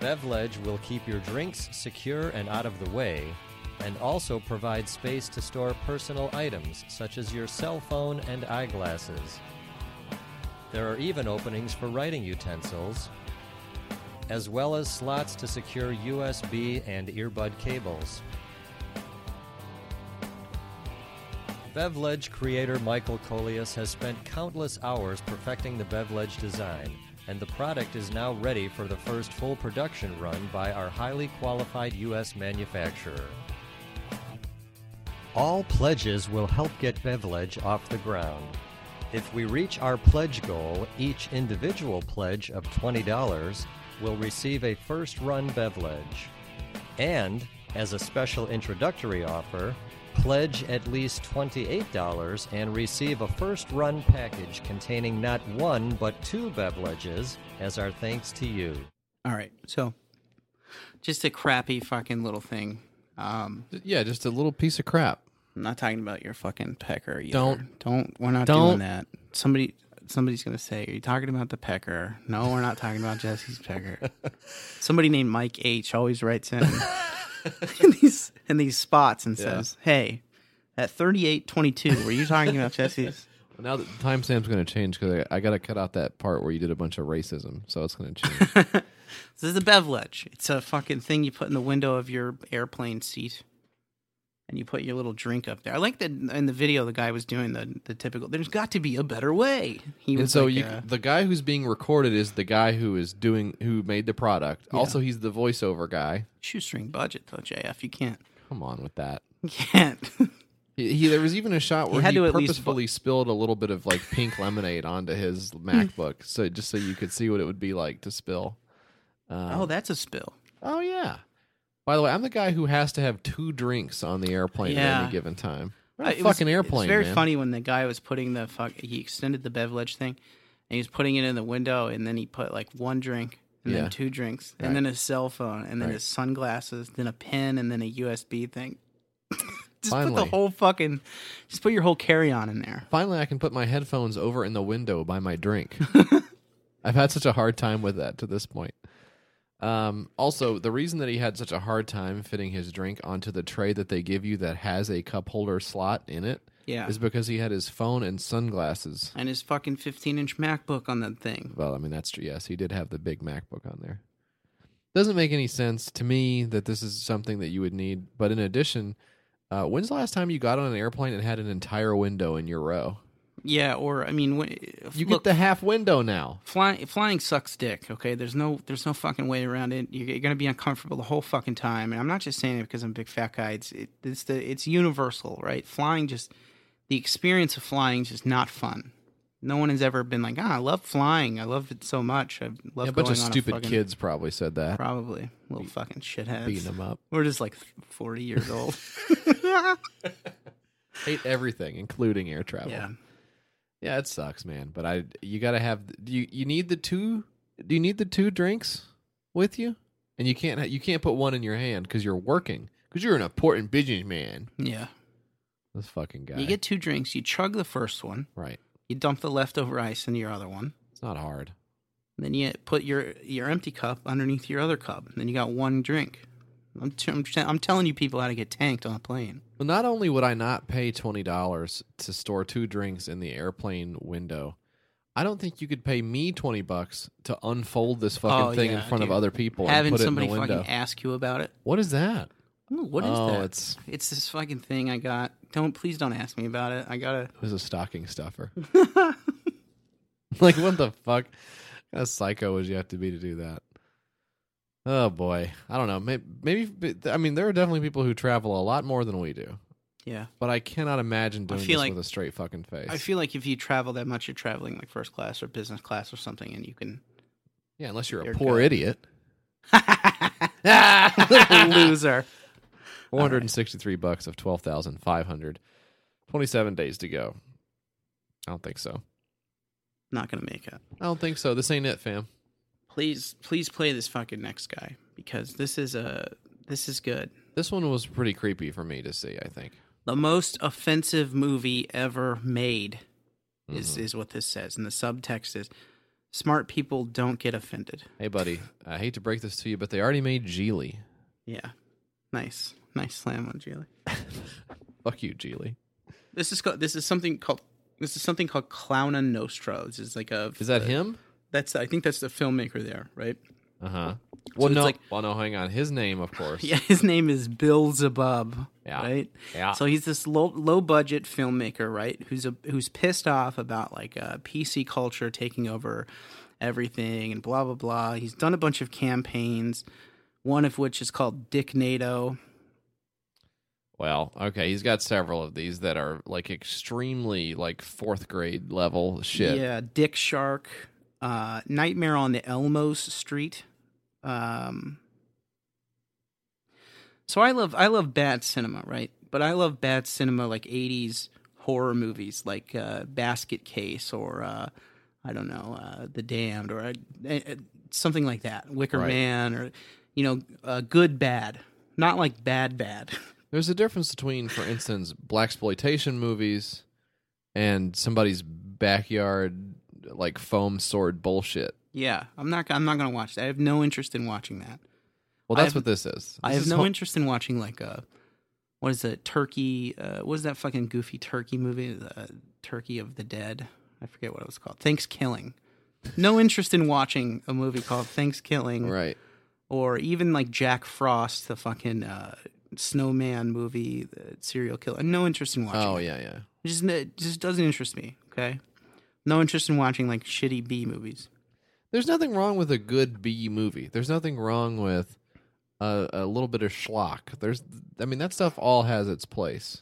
[SPEAKER 8] BevLedge will keep your drinks secure and out of the way, and also provide space to store personal items such as your cell phone and eyeglasses. There are even openings for writing utensils, as well as slots to secure USB and earbud cables. BevLedge creator Michael Colias has spent countless hours perfecting the BevLedge design, and the product is now ready for the first full production run by our highly qualified U.S. manufacturer. All pledges will help get BevLedge off the ground. If we reach our pledge goal, each individual pledge of $20 will receive a first run BevLedge. And, as a special introductory offer, pledge at least $28 and receive a first run package containing not one but two beverages as our thanks to you.
[SPEAKER 4] All right. So just a crappy fucking little thing. Um,
[SPEAKER 3] Yeah, just a little piece of crap.
[SPEAKER 4] I'm not talking about your fucking pecker. Either.
[SPEAKER 3] Don't.
[SPEAKER 4] don't. We're not
[SPEAKER 3] Don't.
[SPEAKER 4] doing that. Somebody, somebody's gonna say, "Are you talking about the pecker?" No, we're not talking about Jesse's pecker. Somebody named Mike H always writes in in these in these spots and says, "Hey, at 38:22, were you talking about Jesse's?"
[SPEAKER 3] Now the timestamp's going to change because I, I got to cut out that part where you did a bunch of racism, so it's going to change.
[SPEAKER 4] This is a bevledge. It's a fucking thing you put in the window of your airplane seat, and you put your little drink up there. I like that in the video the guy was doing the the typical. There's got to be a better way. He
[SPEAKER 3] and
[SPEAKER 4] was
[SPEAKER 3] so
[SPEAKER 4] like,
[SPEAKER 3] you,
[SPEAKER 4] uh,
[SPEAKER 3] the guy who's being recorded is the guy who is doing who made the product. Also, he's the voiceover guy.
[SPEAKER 4] shoestring budget though, JF. You can't.
[SPEAKER 3] Come on with that.
[SPEAKER 4] You can't.
[SPEAKER 3] He, he there was even a shot where he,
[SPEAKER 4] had to at least
[SPEAKER 3] purposefully spilled a little bit of like pink lemonade onto his MacBook, so just so you could see what it would be like to spill. Um,
[SPEAKER 4] oh, that's a spill.
[SPEAKER 3] Oh yeah. By the way, I'm the guy who has to have two drinks on the airplane at
[SPEAKER 4] Yeah.
[SPEAKER 3] any given time. We're
[SPEAKER 4] Uh,
[SPEAKER 3] on a
[SPEAKER 4] it was-
[SPEAKER 3] fucking airplane.
[SPEAKER 4] It's very
[SPEAKER 3] man.
[SPEAKER 4] funny when the guy was putting the fuck. He extended the beverage thing, and he was putting it in the window, and then he put like one drink, and
[SPEAKER 3] Yeah.
[SPEAKER 4] then two drinks,
[SPEAKER 3] Right.
[SPEAKER 4] and then his cell phone, and then
[SPEAKER 3] Right.
[SPEAKER 4] his sunglasses, then a pen, and then a USB thing. just put
[SPEAKER 3] Finally.
[SPEAKER 4] the whole fucking. Just put your whole carry on in there.
[SPEAKER 3] Finally, I can put my headphones over in the window by my drink. I've had such a hard time with that to this point. Um, also, the reason that he had such a hard time fitting his drink onto the tray that they give you that has a cup holder slot in it is
[SPEAKER 4] Yeah.
[SPEAKER 3] because he had his phone and sunglasses.
[SPEAKER 4] And his fucking 15 inch MacBook on that thing.
[SPEAKER 3] Well, I mean that's true. Yes, he did have the big MacBook on there. Doesn't make any sense to me that this is something that you would need. But in addition, uh, when's the last time you got on an airplane and had an entire window in your row?
[SPEAKER 4] Yeah, or I mean, when,
[SPEAKER 3] You
[SPEAKER 4] look,
[SPEAKER 3] get the half window now.
[SPEAKER 4] Flying, flying sucks dick. Okay, there's no, there's no fucking way around it. You're, you're gonna be uncomfortable the whole fucking time. And I'm not just saying it because I'm a big fat guy. It's, it, it's the, it's universal, right? Flying just, the experience of flying is just not fun. No one has ever been like, ah, I love flying. I love it so much. I love
[SPEAKER 3] Yeah, a bunch
[SPEAKER 4] going
[SPEAKER 3] of
[SPEAKER 4] on
[SPEAKER 3] stupid
[SPEAKER 4] fucking-"
[SPEAKER 3] kids probably said that,
[SPEAKER 4] Probably little fucking shitheads.
[SPEAKER 3] beating them up.
[SPEAKER 4] We're just like 40 years old.
[SPEAKER 3] Hate everything, including air travel.
[SPEAKER 4] yeah.
[SPEAKER 3] Yeah, it sucks, man. But I, you gotta have. Do you you need the two? Do you need the two drinks with you? And you can't ha- you can't put one in your hand because you're working because you're an important businessman.
[SPEAKER 4] Yeah.
[SPEAKER 3] This fucking guy.
[SPEAKER 4] You get two drinks. You chug the first one.
[SPEAKER 3] right.
[SPEAKER 4] You dump the leftover ice into your other one.
[SPEAKER 3] It's not hard.
[SPEAKER 4] Then you put your your empty cup underneath your other cup. Then you got one drink. I'm t- I'm, t- I'm telling you people how to get tanked on a plane.
[SPEAKER 3] Well, not only would I not pay twenty dollars to store two drinks in the airplane window, I don't think you could pay me twenty bucks to unfold this fucking
[SPEAKER 4] Oh,
[SPEAKER 3] thing in
[SPEAKER 4] yeah,
[SPEAKER 3] front
[SPEAKER 4] dude.
[SPEAKER 3] of other people and
[SPEAKER 4] Having
[SPEAKER 3] put it in the
[SPEAKER 4] somebody
[SPEAKER 3] window.
[SPEAKER 4] fucking ask you about it.
[SPEAKER 3] what is that?
[SPEAKER 4] Ooh, What is
[SPEAKER 3] oh,
[SPEAKER 4] that? It's...
[SPEAKER 3] it's
[SPEAKER 4] this fucking thing I got. Don't please don't ask me about it. I gotta.
[SPEAKER 3] it was a stocking stuffer. like what the fuck? What kind of psycho would you have to be to do that? Oh boy, I don't know. Maybe, maybe I mean there are definitely people who travel a lot more than we do,
[SPEAKER 4] Yeah.
[SPEAKER 3] but I cannot imagine
[SPEAKER 4] I
[SPEAKER 3] doing this
[SPEAKER 4] feel like-
[SPEAKER 3] with a straight fucking face.
[SPEAKER 4] I feel like if you travel that much, you're traveling like first class or business class or something, and you can
[SPEAKER 3] Yeah, unless you're a
[SPEAKER 4] You're
[SPEAKER 3] poor
[SPEAKER 4] good.
[SPEAKER 3] idiot.
[SPEAKER 4] loser.
[SPEAKER 3] 463 bucks of 12,500. 27 days to go. I don't think so.
[SPEAKER 4] Not gonna make it.
[SPEAKER 3] I don't think so. This ain't it, fam.
[SPEAKER 4] please please play this fucking next guy because this is a This is good.
[SPEAKER 3] This one was pretty creepy for me to see, I think.
[SPEAKER 4] The most offensive movie ever made is
[SPEAKER 3] Mm-hmm.
[SPEAKER 4] is what this says, and the subtext is smart people don't get offended.
[SPEAKER 3] Hey, buddy, I hate to break this to you, but they already made Geely.
[SPEAKER 4] Yeah, nice, nice slam on Julie.
[SPEAKER 3] Fuck you, Geely.
[SPEAKER 4] This is called, this is something called this is something called Clowna Nostra. This is like a
[SPEAKER 3] Is that him?
[SPEAKER 4] that's I think that's the filmmaker there, right?
[SPEAKER 3] Uh huh. Well,
[SPEAKER 4] it's
[SPEAKER 3] no.
[SPEAKER 4] like-
[SPEAKER 3] well, no. Hang on. His name, of course.
[SPEAKER 4] Yeah, his name is Beelzebub.
[SPEAKER 3] Yeah.
[SPEAKER 4] Right.
[SPEAKER 3] Yeah.
[SPEAKER 4] So he's this low low budget filmmaker, right? Who's a who's pissed off about like uh, PC culture taking over everything and blah blah blah. He's done a bunch of campaigns, one of which is called Dick NATO.
[SPEAKER 3] Well, okay. He's got several of these that are like extremely like fourth grade level shit.
[SPEAKER 4] Yeah, Dick Shark, uh, Nightmare on the Elmos Street. Um, so I love I love bad cinema, right? But I love bad cinema like '80s horror movies, like uh, Basket Case or uh, I don't know, uh, The Damned or uh, uh, something like that, Wicker
[SPEAKER 3] Right.
[SPEAKER 4] Man or you know, uh, good bad, not like bad bad.
[SPEAKER 3] There's a difference between, for instance, black exploitation movies and somebody's backyard like foam sword bullshit.
[SPEAKER 4] yeah, I'm not I'm not gonna watch that. I have no interest in watching that.
[SPEAKER 3] Well,
[SPEAKER 4] I
[SPEAKER 3] that's
[SPEAKER 4] have-
[SPEAKER 3] what this is. This
[SPEAKER 4] I have
[SPEAKER 3] is
[SPEAKER 4] no
[SPEAKER 3] ho-
[SPEAKER 4] interest in watching like a what is it turkey? Uh, what is that fucking goofy turkey movie? Uh, turkey of the Dead. I forget what it was called. Thanksgiving. No interest in watching a movie called Thanksgiving
[SPEAKER 3] Right.
[SPEAKER 4] or even like Jack Frost, the fucking uh, snowman movie, the serial killer. No interest in watching.
[SPEAKER 3] Oh
[SPEAKER 4] it.
[SPEAKER 3] yeah, yeah.
[SPEAKER 4] It just it just doesn't interest me. Okay. No interest in watching like shitty B movies.
[SPEAKER 3] There's nothing wrong with a good B movie. There's nothing wrong with a, a little bit of schlock. There's, I mean, that stuff all has its place.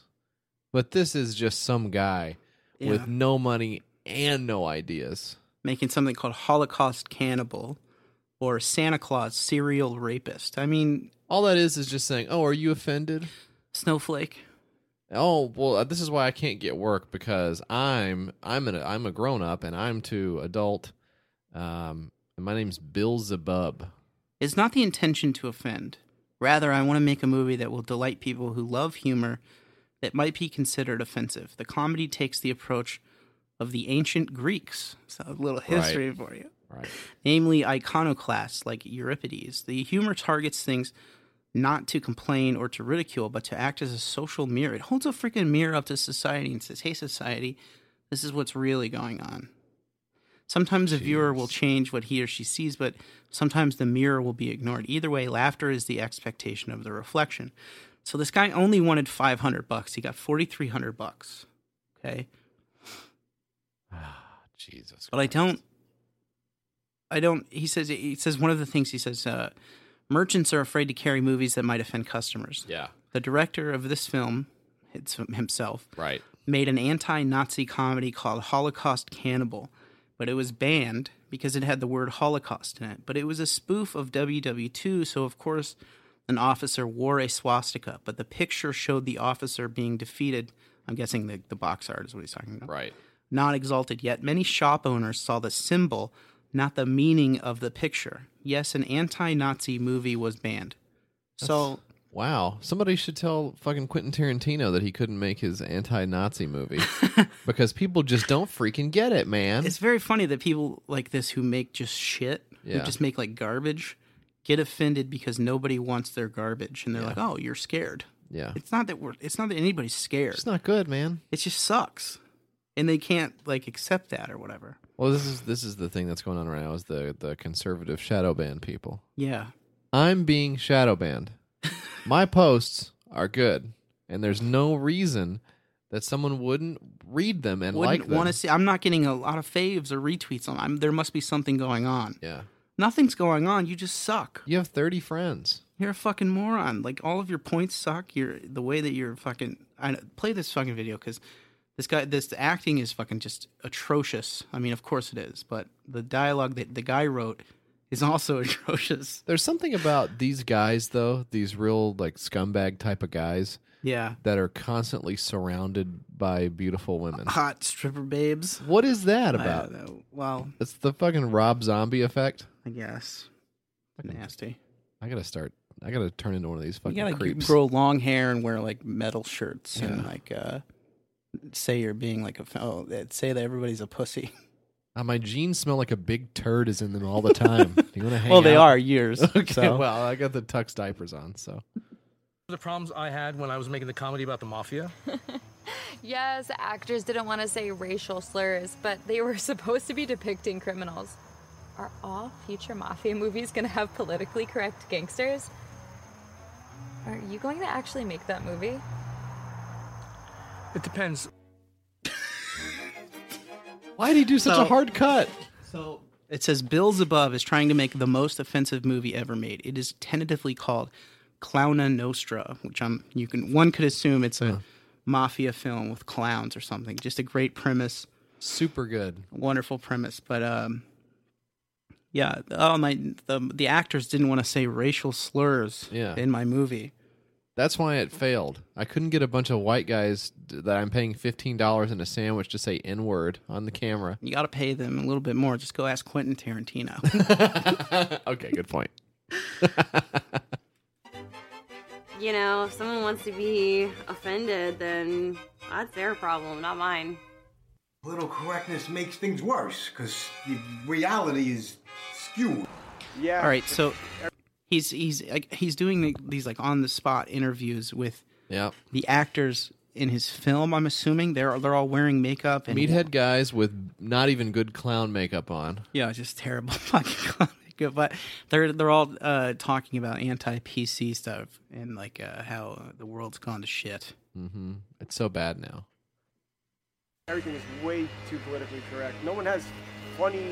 [SPEAKER 3] But this is just some guy
[SPEAKER 4] Yeah.
[SPEAKER 3] with no money and no ideas.
[SPEAKER 4] making something called Holocaust Cannibal or Santa Claus Serial Rapist. I mean,
[SPEAKER 3] All that is is just saying, "Oh, are you offended?"
[SPEAKER 4] Snowflake.
[SPEAKER 3] Oh, well, uh, this is why I can't get work because I'm I'm an I'm a grown up and I'm too adult. Um, and my name's Bill Zabub.
[SPEAKER 4] It's not the intention to offend. Rather, I want to make a movie that will delight people who love humor that might be considered offensive. The comedy takes the approach of the ancient Greeks. So a little history for you.
[SPEAKER 3] Right.
[SPEAKER 4] namely iconoclasts like Euripides. The humor targets things not to complain or to ridicule, but to act as a social mirror. It holds a freaking mirror up to society and says, hey, society, this is what's really going on. Sometimes a viewer will change what he or she sees, but sometimes the mirror will be ignored. Either way, laughter is the expectation of the reflection. So this guy only wanted 500 bucks. He got 4300 bucks. Okay?
[SPEAKER 3] Jesus.
[SPEAKER 4] But I don't. I don't. He says. He says one of the things he says. Uh, Merchants are afraid to carry movies that might offend customers.
[SPEAKER 3] Yeah.
[SPEAKER 4] The director of this film, it's himself,
[SPEAKER 3] Right.
[SPEAKER 4] made an anti-Nazi comedy called Holocaust Cannibal, but it was banned because it had the word Holocaust in it. But it was a spoof of WW2, so of course an officer wore a swastika, but the picture showed the officer being defeated. I'm guessing the, the box art is what he's talking about
[SPEAKER 3] Right.
[SPEAKER 4] not exalted yet many shop owners saw the symbol not the meaning of the picture yes an anti-nazi movie was banned so
[SPEAKER 3] Wow. Somebody should tell fucking Quentin Tarantino that he couldn't make his anti-Nazi movie because people just don't freaking get it, man.
[SPEAKER 4] it's very funny that people like this who make just shit
[SPEAKER 3] Yeah.
[SPEAKER 4] who just make like garbage get offended because nobody wants their garbage and they're like oh you're scared
[SPEAKER 3] yeah.
[SPEAKER 4] it's not that we're it's not that anybody's scared
[SPEAKER 3] It's not good, man.
[SPEAKER 4] it just sucks and they can't like accept that or whatever
[SPEAKER 3] Well, this is this is the thing that's going on right now is the the conservative shadow ban people.
[SPEAKER 4] yeah
[SPEAKER 3] I'm being shadow banned. My posts are good, and there's no reason that someone wouldn't read them and
[SPEAKER 4] wouldn't
[SPEAKER 3] like them.
[SPEAKER 4] want to see i'm not getting a lot of faves or retweets on I'm, there must be something going on
[SPEAKER 3] yeah,
[SPEAKER 4] nothing's going on. You just suck.
[SPEAKER 3] you have 30 friends.
[SPEAKER 4] You're a fucking moron. Like all of your points suck. You're the way that you're fucking. I play this fucking video because this guy, this acting is fucking just atrocious. I mean, of course it is, but the dialogue that the guy wrote is also atrocious.
[SPEAKER 3] There's something about these guys though, these real like scumbag type of guys
[SPEAKER 4] Yeah,
[SPEAKER 3] that are constantly surrounded by beautiful women.
[SPEAKER 4] hot stripper babes.
[SPEAKER 3] What is that
[SPEAKER 4] I don't
[SPEAKER 3] about?
[SPEAKER 4] know. Well,
[SPEAKER 3] It's the fucking Rob Zombie effect.
[SPEAKER 4] I guess nasty.
[SPEAKER 3] I gotta start. I gotta turn into one of these fucking
[SPEAKER 4] you gotta g-
[SPEAKER 3] creeps.
[SPEAKER 4] grow long hair and wear like metal shirts and like uh, say you're being like a f- oh that- say that everybody's a pussy.
[SPEAKER 3] Uh, my jeans smell like a big turd is in them all the time. Do you want to hang
[SPEAKER 4] well, they
[SPEAKER 3] out?
[SPEAKER 4] are yours.
[SPEAKER 3] Okay,
[SPEAKER 4] so.
[SPEAKER 3] well, I got the tux diapers on, so
[SPEAKER 9] the problems I had when I was making the comedy about the mafia.
[SPEAKER 10] Yes, actors didn't want to say racial slurs, but they were supposed to be depicting criminals. Are all future mafia movies going to have politically correct gangsters? Are you going to actually make that movie?
[SPEAKER 9] It depends.
[SPEAKER 3] why did he do such a
[SPEAKER 4] So-
[SPEAKER 3] hard cut?
[SPEAKER 4] So it says Bills Above is trying to make the most offensive movie ever made. It is tentatively called Clowna Nostra, which I'm you can one could assume it's a mafia film with clowns or something. Just a great premise,
[SPEAKER 3] Super good.
[SPEAKER 4] wonderful premise, but um yeah, oh my the the actors didn't want to say racial slurs
[SPEAKER 3] Yeah.
[SPEAKER 4] in my movie.
[SPEAKER 3] That's why it failed. I couldn't get a bunch of white guys d- that I'm paying fifteen dollars in a sandwich to say N word on the camera.
[SPEAKER 4] You got to pay them a little bit more. Just go ask Quentin Tarantino.
[SPEAKER 3] okay, good point.
[SPEAKER 11] You know, if someone wants to be offended, then that's their problem, not mine.
[SPEAKER 12] Little correctness makes things worse because the reality is skewed.
[SPEAKER 2] Yeah.
[SPEAKER 4] All right, so he's he's like he's doing the, these like on the spot interviews with
[SPEAKER 3] Yeah,
[SPEAKER 4] the actors in his film. I'm assuming they're they're all wearing makeup and
[SPEAKER 3] meathead guys with not even good clown makeup on.
[SPEAKER 4] Yeah, just terrible fucking makeup. But they're they're all uh, talking about anti PC stuff and like uh, how the world's gone to shit.
[SPEAKER 3] Mm-hmm. It's so bad now.
[SPEAKER 2] Everything is way too politically correct. No one has funny,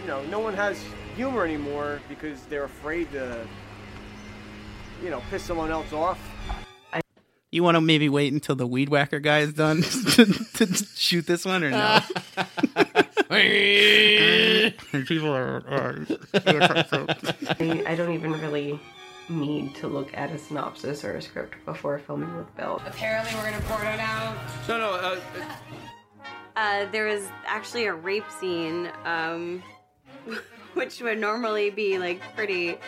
[SPEAKER 2] you know, no one has humor anymore because they're afraid to, you know, piss someone else off.
[SPEAKER 4] You want to maybe wait until the weed whacker guy is done to, to shoot this one or no? People are,
[SPEAKER 11] I don't even really need to look at a synopsis or a script before filming with Bill. Apparently, we're gonna porno now.
[SPEAKER 9] No, no. Uh,
[SPEAKER 11] Uh, there was actually a rape scene, um, which would normally be like pretty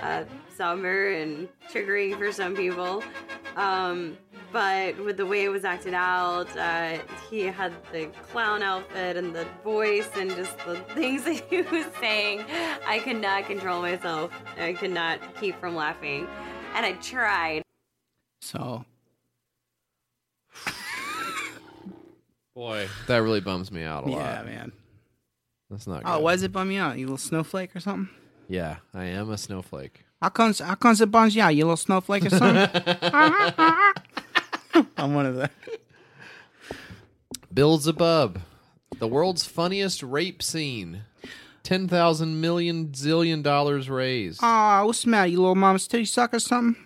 [SPEAKER 11] uh, somber and triggering for some people. Um, but with the way it was acted out, uh, he had the clown outfit and the voice and just the things that he was saying. I could not control myself. I could not keep from laughing. And I tried.
[SPEAKER 4] so
[SPEAKER 3] Boy, that really bums me out a lot.
[SPEAKER 4] yeah, man.
[SPEAKER 3] That's not. Good.
[SPEAKER 4] Oh, why does it bum you out? You little snowflake or something?
[SPEAKER 3] Yeah, I am a snowflake.
[SPEAKER 4] How comes how comes it bums you out, you little snowflake or something? I'm one of the
[SPEAKER 3] Beelzebub, the world's funniest rape scene. Ten thousand million zillion dollars raised.
[SPEAKER 4] Aw, what's the matter, you little mama's titty suck or something?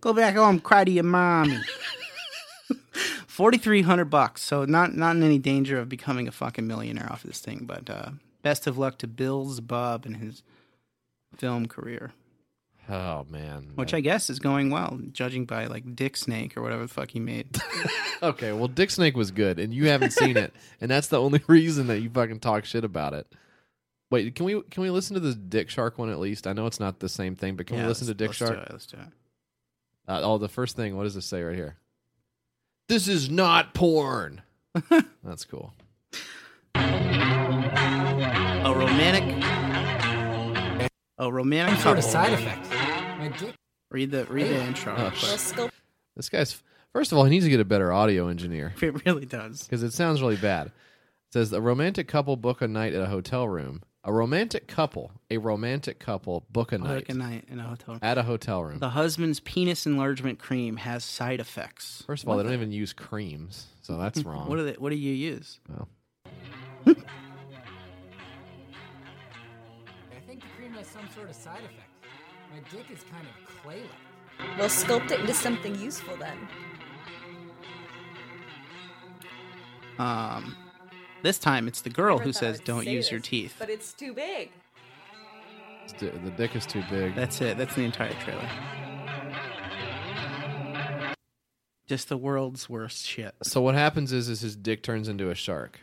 [SPEAKER 4] Go back home, cry to your mommy. Forty three hundred bucks, so not not in any danger of becoming a fucking millionaire off this thing, but uh, best of luck to Bill's Bub and his film career.
[SPEAKER 3] Oh man.
[SPEAKER 4] Which I guess is going well, judging by like Dick Snake or whatever the fuck he made.
[SPEAKER 3] Okay, well, Dick Snake was good, and you haven't seen it, and that's the only reason that you fucking talk shit about it. Wait, can we can we listen to the Dick Shark one at least? I know it's not the same thing, but can
[SPEAKER 4] Yeah,
[SPEAKER 3] we listen to
[SPEAKER 4] let's-
[SPEAKER 3] Dick
[SPEAKER 4] let's do
[SPEAKER 3] Shark?
[SPEAKER 4] it, let's do it.
[SPEAKER 3] Uh, oh, the first thing. What does this say right here? This is not porn. That's cool.
[SPEAKER 4] A romantic. A romantic couple.
[SPEAKER 12] effect. My dick
[SPEAKER 4] Read the read the intro.
[SPEAKER 3] Oh, shit. This guy's first of all, he needs to get a better audio engineer
[SPEAKER 4] it really does.
[SPEAKER 3] because it sounds really bad. It says a romantic couple book a night at a hotel room. A romantic couple, a romantic couple book a night
[SPEAKER 4] Like a night in a hotel. room.
[SPEAKER 3] at a hotel room.
[SPEAKER 4] The husband's penis enlargement cream has side effects. Hmm.
[SPEAKER 3] First of all, they don't even use creams, so that's wrong.
[SPEAKER 4] What do they? What do you use?
[SPEAKER 3] Well,
[SPEAKER 12] I think the cream has some sort of side effect. My dick is kind of clay like.
[SPEAKER 10] We'll sculpt it into something useful then.
[SPEAKER 4] Um, this time it's the girl
[SPEAKER 11] Never
[SPEAKER 4] who
[SPEAKER 11] thought
[SPEAKER 4] says,
[SPEAKER 11] I'd
[SPEAKER 4] "Don't
[SPEAKER 11] say
[SPEAKER 4] use
[SPEAKER 11] this,
[SPEAKER 4] your teeth."
[SPEAKER 11] But it's too big.
[SPEAKER 3] it's di- the dick is too big.
[SPEAKER 4] That's it. That's the entire trailer. Just the world's worst shit.
[SPEAKER 3] So what happens is, is his dick turns into a shark.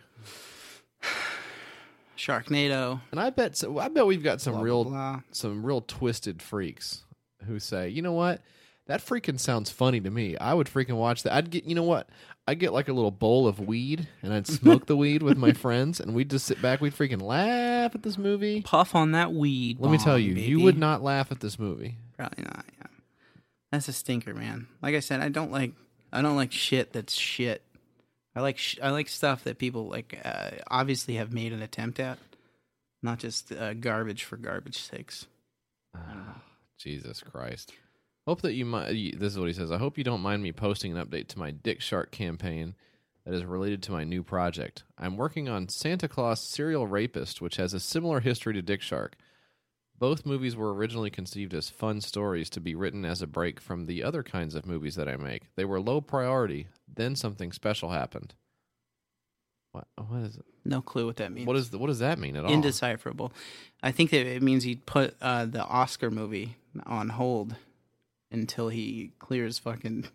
[SPEAKER 4] Sharknado.
[SPEAKER 3] And I bet so, I bet we've got some real some real twisted freaks who say, you know what, that freaking sounds funny to me. I would freaking watch that. I'd get you know what, I'd get like a little bowl of weed and I'd smoke the weed with my friends and we'd just sit back, we'd freaking laugh at this movie,
[SPEAKER 4] puff on that weed.
[SPEAKER 3] Let me tell
[SPEAKER 4] bomb,
[SPEAKER 3] you, you
[SPEAKER 4] baby.
[SPEAKER 3] would not laugh at this movie.
[SPEAKER 4] Probably not. Yeah. That's a stinker, man. Like I said, I don't like I don't like shit that's shit. I like sh- I like stuff that people like uh, obviously have made an attempt at, not just uh, garbage for garbage sakes.
[SPEAKER 3] Jesus Christ. Hope that you might. This is what he says. I hope you don't mind me posting an update to my Dick Shark campaign that is related to my new project. I'm working on Santa Claus Serial Rapist, which has a similar history to Dick Shark. Both movies were originally conceived as fun stories to be written as a break from the other kinds of movies that I make. They were low priority, then something special happened. What? What is it?
[SPEAKER 4] No clue what that means.
[SPEAKER 3] What is the, What does that mean at all?
[SPEAKER 4] Indecipherable. I think that it means he put uh, the Oscar movie on hold until he clears fucking.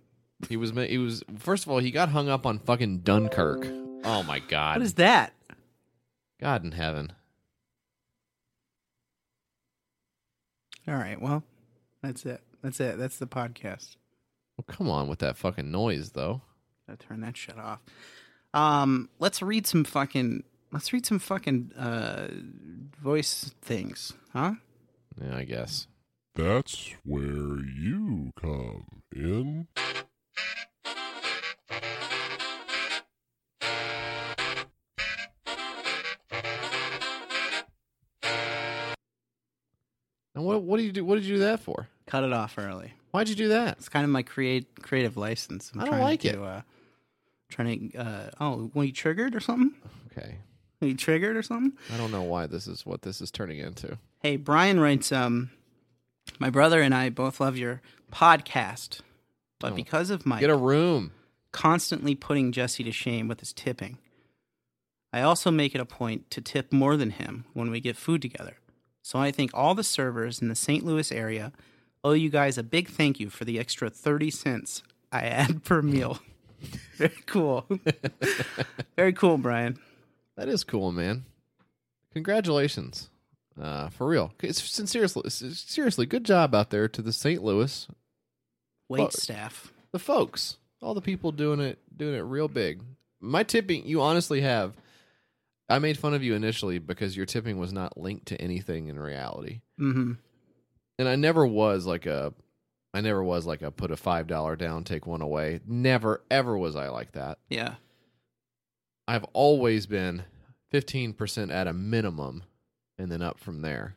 [SPEAKER 3] He was. ma- He was. First of all, he got hung up on fucking Dunkirk. Oh my god!
[SPEAKER 4] What is that?
[SPEAKER 3] God in heaven.
[SPEAKER 4] All right. Well, that's it. That's it. That's the podcast.
[SPEAKER 3] Well, come on with that fucking noise, though.
[SPEAKER 4] I turn that shit off. Um, let's read some fucking. Let's read some fucking uh, voice things, huh?
[SPEAKER 3] Yeah, I guess.
[SPEAKER 13] That's where you come in.
[SPEAKER 3] And what what do you do? What did you do that for?
[SPEAKER 4] Cut it off early.
[SPEAKER 3] Why'd you do that?
[SPEAKER 4] It's kind of my create creative license. I'm
[SPEAKER 3] I don't
[SPEAKER 4] trying
[SPEAKER 3] like
[SPEAKER 4] to,
[SPEAKER 3] it.
[SPEAKER 4] Uh, trying to. Uh, oh, were you triggered or something?
[SPEAKER 3] Okay,
[SPEAKER 4] Were you triggered or something?
[SPEAKER 3] I don't know why this is what this is turning into.
[SPEAKER 4] Hey, Brian writes, um, my brother and I both love your podcast, but
[SPEAKER 3] Oh.
[SPEAKER 4] because of my
[SPEAKER 3] Get a room.
[SPEAKER 4] constantly putting Jesse to shame with his tipping, I also make it a point to tip more than him when we get food together. So I think all the servers in the St. Louis area owe you guys a big thank you for the extra 30 cents I add per meal. Very cool. Very cool, Brian.
[SPEAKER 3] That is cool, man. Congratulations, uh, for real. It's, seriously, seriously, good job out there to the St. Louis
[SPEAKER 4] Wait
[SPEAKER 3] Well,
[SPEAKER 4] staff.
[SPEAKER 3] the folks, all the people doing it, doing it real big. My tipping, you honestly have. I made fun of you initially because your tipping was not linked to anything in reality,
[SPEAKER 4] Mm-hmm.
[SPEAKER 3] and I never was like a, I never was like a put a five dollar down, take one away. Never ever was I like that.
[SPEAKER 4] Yeah.
[SPEAKER 3] I've always been fifteen percent at a minimum, and then up from there.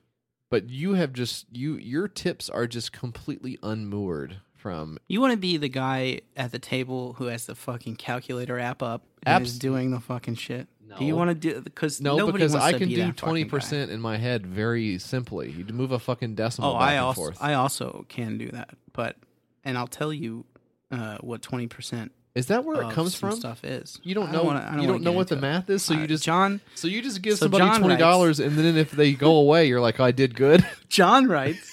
[SPEAKER 3] But you have just you your tips are just completely unmoored from
[SPEAKER 4] You want to be the guy at the table who has the fucking calculator app up and is
[SPEAKER 3] Abs-
[SPEAKER 4] doing the fucking shit. Do you
[SPEAKER 3] No.
[SPEAKER 4] want to do because
[SPEAKER 3] No,
[SPEAKER 4] nobody
[SPEAKER 3] because
[SPEAKER 4] wants
[SPEAKER 3] I
[SPEAKER 4] to
[SPEAKER 3] can
[SPEAKER 4] be
[SPEAKER 3] do
[SPEAKER 4] that fucking
[SPEAKER 3] twenty
[SPEAKER 4] guy.
[SPEAKER 3] percent in my head very simply. You'd move a fucking decimal
[SPEAKER 4] Oh,
[SPEAKER 3] back
[SPEAKER 4] I
[SPEAKER 3] and
[SPEAKER 4] also
[SPEAKER 3] forth.
[SPEAKER 4] I also can do that, but and I'll tell you uh, what twenty percent
[SPEAKER 3] Is that where it comes from?
[SPEAKER 4] Oh, Stuff is
[SPEAKER 3] You don't
[SPEAKER 4] I
[SPEAKER 3] know.
[SPEAKER 4] wanna- I
[SPEAKER 3] you
[SPEAKER 4] wanna
[SPEAKER 3] don't know
[SPEAKER 4] get
[SPEAKER 3] what the
[SPEAKER 4] into it.
[SPEAKER 3] math is, so
[SPEAKER 4] Uh,
[SPEAKER 3] you just
[SPEAKER 4] John.
[SPEAKER 3] So you just give
[SPEAKER 4] so
[SPEAKER 3] somebody
[SPEAKER 4] John
[SPEAKER 3] twenty dollars, and then if they go away, you're like, I did good.
[SPEAKER 4] John writes.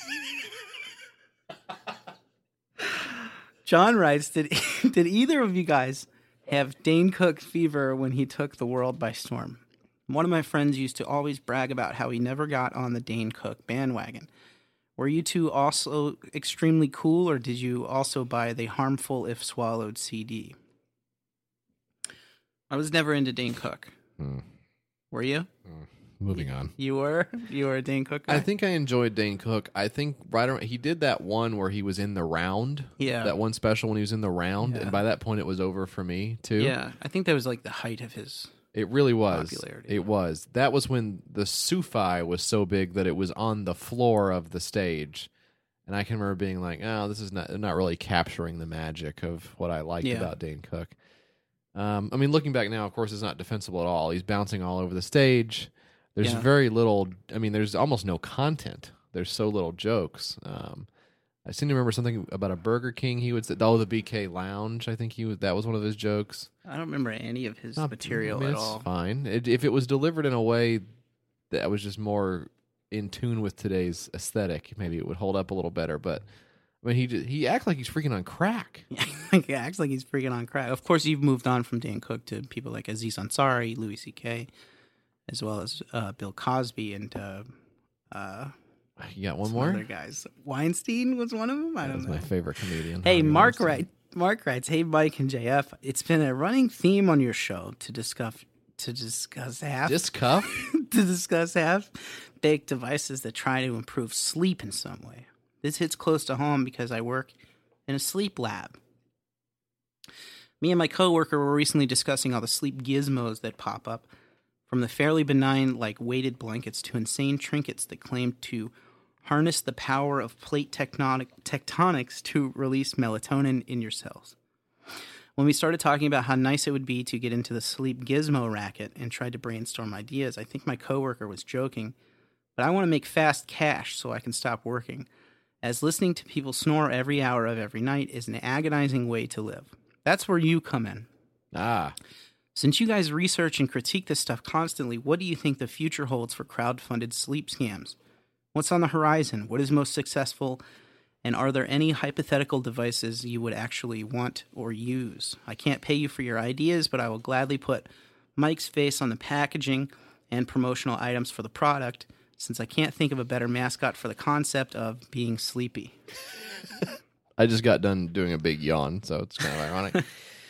[SPEAKER 4] John writes. Did did either of you guys have Dane Cook fever when he took the world by storm? One of my friends used to always brag about how he never got on the Dane Cook bandwagon. Were you two also extremely cool, or did you also buy the harmful if swallowed CD? I was never into Dane Cook.
[SPEAKER 3] Hmm.
[SPEAKER 4] Were you?
[SPEAKER 3] Moving on.
[SPEAKER 4] You were. You were a Dane Cook. Guy?
[SPEAKER 3] I think I enjoyed Dane Cook. I think right around he did that one where he was in the round.
[SPEAKER 4] Yeah.
[SPEAKER 3] That one special when he was in the round,
[SPEAKER 4] Yeah.
[SPEAKER 3] and by that point it was over for me too.
[SPEAKER 4] Yeah, I think that was like the height of his.
[SPEAKER 3] It really was.
[SPEAKER 4] Popularity.
[SPEAKER 3] It was. That was when the Sufi was so big that it was on the floor of the stage. And I can remember being like, oh, this is not not really capturing the magic of what I liked
[SPEAKER 4] Yeah.
[SPEAKER 3] about Dane Cook. Um, I mean, looking back now, of course, it's not defensible at all. He's bouncing all over the stage. There's
[SPEAKER 4] Yeah.
[SPEAKER 3] very little. I mean, there's almost no content. There's so little jokes. Um, I seem to remember something about a Burger King. He would say, "Oh, the BK Lounge." I think he was, that was one of his jokes
[SPEAKER 4] I don't remember any of his material
[SPEAKER 3] I mean,
[SPEAKER 4] at
[SPEAKER 3] it's
[SPEAKER 4] all.
[SPEAKER 3] Fine, it, if it was delivered in a way that was just more in tune with today's aesthetic, maybe it would hold up a little better. But I mean, he ju- he acts like he's freaking on crack.
[SPEAKER 4] he acts like he's freaking on crack. Of course, you've moved on from Dan Cook to people like Aziz Ansari, Louis C.K., as well as uh, Bill Cosby and uh, uh,
[SPEAKER 3] You got one
[SPEAKER 4] some
[SPEAKER 3] more?
[SPEAKER 4] other guys. Weinstein was one of them. I
[SPEAKER 3] That
[SPEAKER 4] don't
[SPEAKER 3] was
[SPEAKER 4] know.
[SPEAKER 3] my favorite comedian.
[SPEAKER 4] Hey,
[SPEAKER 3] Harvey
[SPEAKER 4] Mark
[SPEAKER 3] Weinstein.
[SPEAKER 4] wright Mark writes, "Hey, Mike and JF, it's been a running theme on your show to discuss to discuss half
[SPEAKER 3] discuss
[SPEAKER 4] to discuss half baked devices that try to improve sleep in some way. This hits close to home because I work in a sleep lab. Me and my coworker were recently discussing all the sleep gizmos that pop up, from the fairly benign like weighted blankets to insane trinkets that claim to." harness the power of plate tectonic, tectonics to release melatonin in your cells. When we started talking about how nice it would be to get into the sleep gizmo racket and tried to brainstorm ideas, I think my coworker was joking, but I want to make fast cash so I can stop working, as listening to people snore every hour of every night is an agonizing way to live. That's where you come in.
[SPEAKER 3] Ah.
[SPEAKER 4] Since you guys research and critique this stuff constantly, what do you think the future holds for crowdfunded sleep scams? What's on the horizon? What is most successful? And are there any hypothetical devices you would actually want or use? I can't pay you for your ideas, but I will gladly put Mike's face on the packaging and promotional items for the product since I can't think of a better mascot for the concept of being sleepy.
[SPEAKER 3] I just got done doing a big yawn, so it's kind of ironic.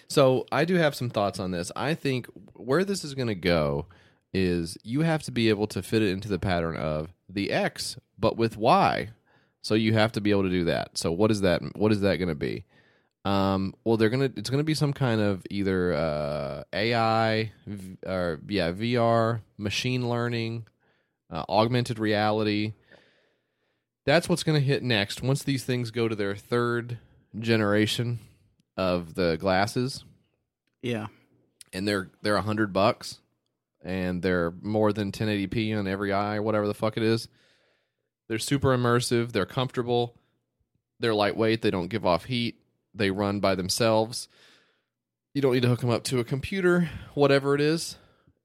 [SPEAKER 3] So I do have some thoughts on this. I think where this is going to go is you have to be able to fit it into the pattern of the X, but with Y. So you have to be able to do that. So what is that? What is that going to be? Um, well, they're gonna. It's gonna be some kind of either uh, AI v- or yeah, VR, machine learning, uh, augmented reality that's what's going to hit next once these things go to their third generation of the glasses
[SPEAKER 4] Yeah.
[SPEAKER 3] and they're they're a hundred bucks and they're more than 1080p on every eye or whatever the fuck it is they're super immersive they're comfortable they're lightweight they don't give off heat they run by themselves you don't need to hook them up to a computer whatever it is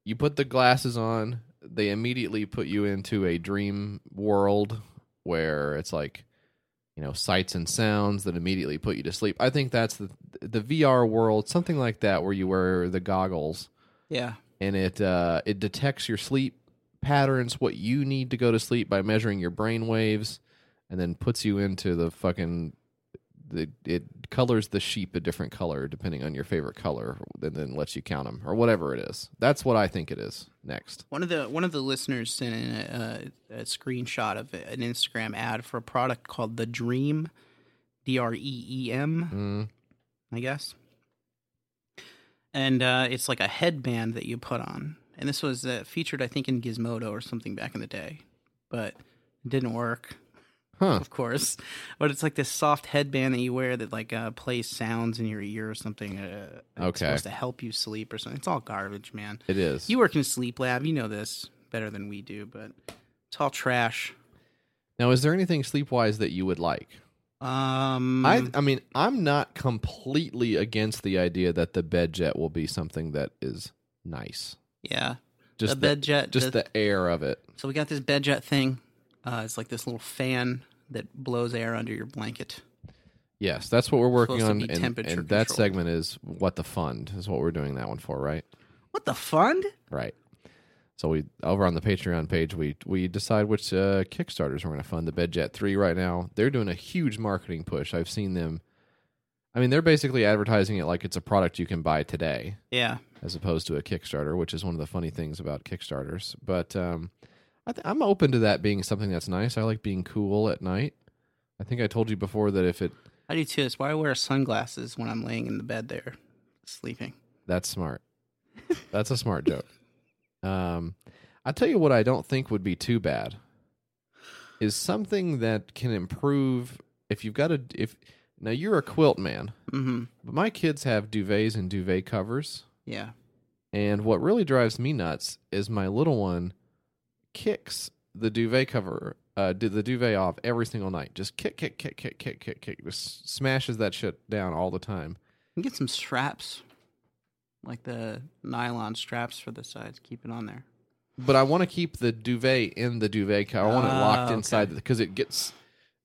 [SPEAKER 3] you put the glasses on they immediately put you into a dream world where it's like you know sights and sounds that immediately put you to sleep i think that's the the vr world something like that where you wear the goggles
[SPEAKER 4] Yeah.
[SPEAKER 3] and it uh, it detects your sleep patterns, what you need to go to sleep by measuring your brain waves, and then puts you into the fucking. The, it colors the sheep a different color depending on your favorite color, and then lets you count them or whatever it is. That's what I think it is. Next,
[SPEAKER 4] One of the one of the listeners sent in a, a, a screenshot of an Instagram ad for a product called the Dream, D R E E M, I guess. And uh, it's like a headband that you put on, and this was uh, featured, I think, in Gizmodo or something back in the day, but it didn't work.
[SPEAKER 3] Huh.
[SPEAKER 4] Of course, but it's like this soft headband that you wear that like uh, plays sounds in your ear or something. Uh, it's
[SPEAKER 3] Okay.
[SPEAKER 4] supposed to help you sleep or something. It's all garbage, man.
[SPEAKER 3] it is.
[SPEAKER 4] You work in a sleep lab. You know this better than we do, but it's all trash.
[SPEAKER 3] Now, is there anything sleep wise that you would like?
[SPEAKER 4] Um,
[SPEAKER 3] I I mean, I'm not completely against the idea that the bed jet will be something that is nice.
[SPEAKER 4] Yeah.
[SPEAKER 3] Just
[SPEAKER 4] The bed jet-
[SPEAKER 3] just
[SPEAKER 4] the-
[SPEAKER 3] the air of it.
[SPEAKER 4] So we got this bed jet thing. Uh, it's like this little fan that blows air under your blanket.
[SPEAKER 3] Yes, that's what we're working
[SPEAKER 4] supposed to
[SPEAKER 3] on,
[SPEAKER 4] be
[SPEAKER 3] and, and
[SPEAKER 4] temperature
[SPEAKER 3] that
[SPEAKER 4] controlled.
[SPEAKER 3] segment is what the fund is what we're doing that one for, right?
[SPEAKER 4] What the fund?
[SPEAKER 3] Right. So we over on the Patreon page, we we decide which uh, Kickstarters we're going to fund. The BedJet Three right now, they're doing a huge marketing push. I've seen them. I mean, they're basically advertising it like it's a product you can buy today.
[SPEAKER 4] Yeah.
[SPEAKER 3] As opposed to a Kickstarter, which is one of the funny things about Kickstarters. But um, I th- I'm open to that being something that's nice. I like being cool at night. I think I told you before that if it
[SPEAKER 4] I do too. That's why I wear sunglasses when I'm laying in the bed there, sleeping.
[SPEAKER 3] That's smart. That's a smart joke. Um, I tell you what, I don't think would be too bad is something that can improve. If you've got a if now you're a quilt man,
[SPEAKER 4] Mhm.
[SPEAKER 3] but my kids have duvets and duvet covers.
[SPEAKER 4] Yeah.
[SPEAKER 3] And what really drives me nuts is my little one kicks the duvet cover, uh, did the duvet off every single night. Just kick, kick, kick, kick, kick, kick, kick. Just smashes that shit down all the time.
[SPEAKER 4] You can get some straps, like the nylon straps for the sides. Keep it on there.
[SPEAKER 3] but I want to keep the duvet in the duvet cover. I want it
[SPEAKER 4] Ah,
[SPEAKER 3] locked
[SPEAKER 4] okay.
[SPEAKER 3] inside because it gets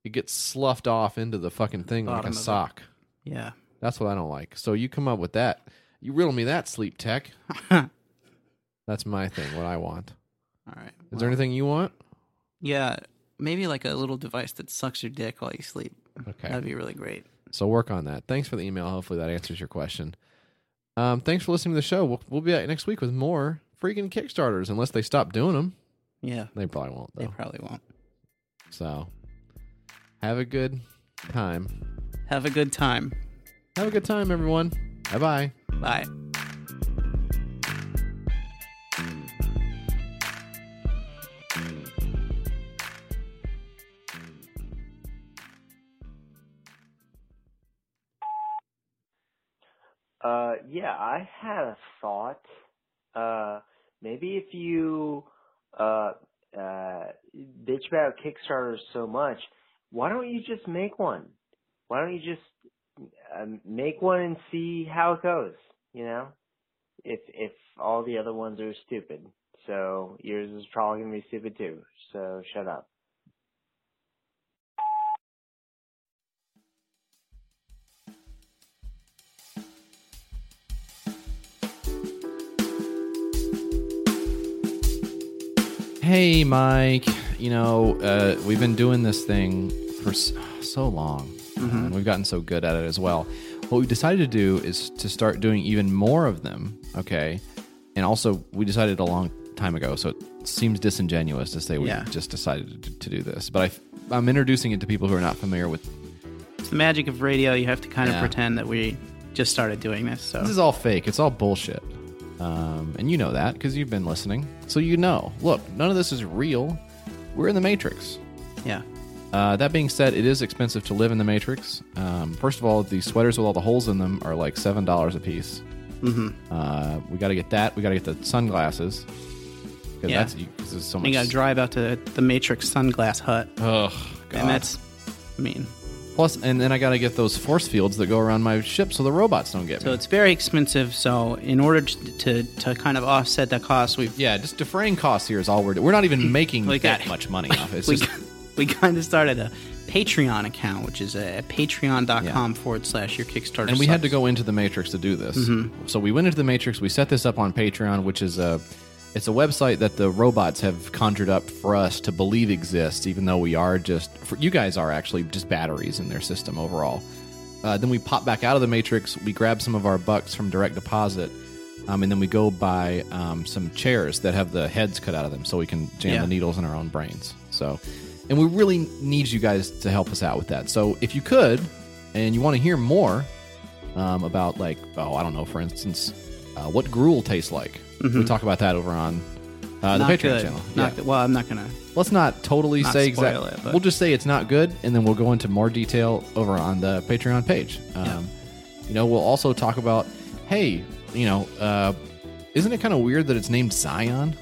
[SPEAKER 3] it gets sloughed off into the fucking thing like
[SPEAKER 4] Bottom
[SPEAKER 3] a
[SPEAKER 4] of it.
[SPEAKER 3] sock.
[SPEAKER 4] Yeah.
[SPEAKER 3] That's what I don't like. So you come up with that. You riddle me that sleep tech. That's my thing. What I want.
[SPEAKER 4] All right.
[SPEAKER 3] Is there anything you want?
[SPEAKER 4] Yeah, maybe like a little device that sucks your dick while you sleep.
[SPEAKER 3] Okay.
[SPEAKER 4] That'd be really great.
[SPEAKER 3] So work on that. Thanks for the email. Hopefully that answers your question. Um, thanks for listening to the show. We'll, we'll be back next week with more freaking Kickstarters, unless they stop doing them.
[SPEAKER 4] Yeah.
[SPEAKER 3] They probably won't. Though.
[SPEAKER 4] They probably won't.
[SPEAKER 3] So have a good time.
[SPEAKER 4] Have a good time.
[SPEAKER 3] Have a good time, everyone. Bye bye.
[SPEAKER 4] Bye.
[SPEAKER 8] Uh, yeah, I had a thought. Uh, maybe if you uh, uh, bitch about Kickstarter so much, why don't you just make one? Why don't you just uh, make one and see how it goes? You know, if if all the other ones are stupid, so yours is probably gonna be stupid too. So shut up.
[SPEAKER 3] Hey, Mike. You know, uh, we've been doing this thing for s- so long,
[SPEAKER 4] Mhm.
[SPEAKER 3] and we've gotten so good at it as well. What we decided to do is to start doing even more of them, okay? And also, we decided a long time ago, so it seems disingenuous to say we
[SPEAKER 4] Yeah.
[SPEAKER 3] just decided to, to do this. But I, f- I'm introducing it to people who are not familiar with
[SPEAKER 4] It's the magic of radio. You have to kind
[SPEAKER 3] Yeah.
[SPEAKER 4] of pretend that we just started doing this. So
[SPEAKER 3] This is all fake. It's all bullshit. Um, and you know that because you've been listening. So you know. Look, none of this is real. We're in the Matrix.
[SPEAKER 4] Yeah.
[SPEAKER 3] Uh, that being said, it is expensive to live in the Matrix. Um, first of all, the sweaters with all the holes in them are like seven dollars a piece.
[SPEAKER 4] Mhm.
[SPEAKER 3] Uh, we got to get that. We got to get the sunglasses. 'Cause that's- you- 'cause there's so
[SPEAKER 4] You
[SPEAKER 3] much
[SPEAKER 4] gotta drive out to the Matrix Sunglass Hut.
[SPEAKER 3] Ugh, God.
[SPEAKER 4] and that's mean.
[SPEAKER 3] Plus, and then I got to get those force fields that go around my ship so the robots don't get me.
[SPEAKER 4] So it's very expensive. So in order to to, to kind of offset that cost, we've
[SPEAKER 3] yeah, just defraying costs here is all we're doing. We're not even making
[SPEAKER 4] Like
[SPEAKER 3] that
[SPEAKER 4] I-
[SPEAKER 3] much money off. it. It's
[SPEAKER 4] we,
[SPEAKER 3] just
[SPEAKER 4] we kind of started a Patreon account, which is a patreon.com forward slash your Kickstarter.
[SPEAKER 3] and we had to go into the matrix to do this
[SPEAKER 4] Mhm.
[SPEAKER 3] so we went into the matrix we set this up on patreon which is a it's a website that the robots have conjured up for us to believe exists even though we are just for, you guys are actually just batteries in their system overall uh, then we pop back out of the matrix we grab some of our bucks from direct deposit um, and then we go buy um, some chairs that have the heads cut out of them so we can jam
[SPEAKER 4] Yeah.
[SPEAKER 3] the needles in our own brains so and we really need you guys to help us out with that so if you could and you want to hear more um, about like oh I don't know for instance uh, what gruel tastes like. We
[SPEAKER 4] Mhm.
[SPEAKER 3] talk about that over on uh, the
[SPEAKER 4] Not
[SPEAKER 3] Patreon
[SPEAKER 4] good.
[SPEAKER 3] channel.
[SPEAKER 4] Not
[SPEAKER 3] yeah.
[SPEAKER 4] good. Well, I'm not gonna.
[SPEAKER 3] Let's not totally
[SPEAKER 4] Not
[SPEAKER 3] say
[SPEAKER 4] spoil
[SPEAKER 3] exactly.
[SPEAKER 4] it, but-
[SPEAKER 3] We'll just say it's not good, and then we'll go into more detail over on the Patreon page. Um, You know, we'll also talk about hey, you know, uh, isn't it kind of weird that it's named Zion?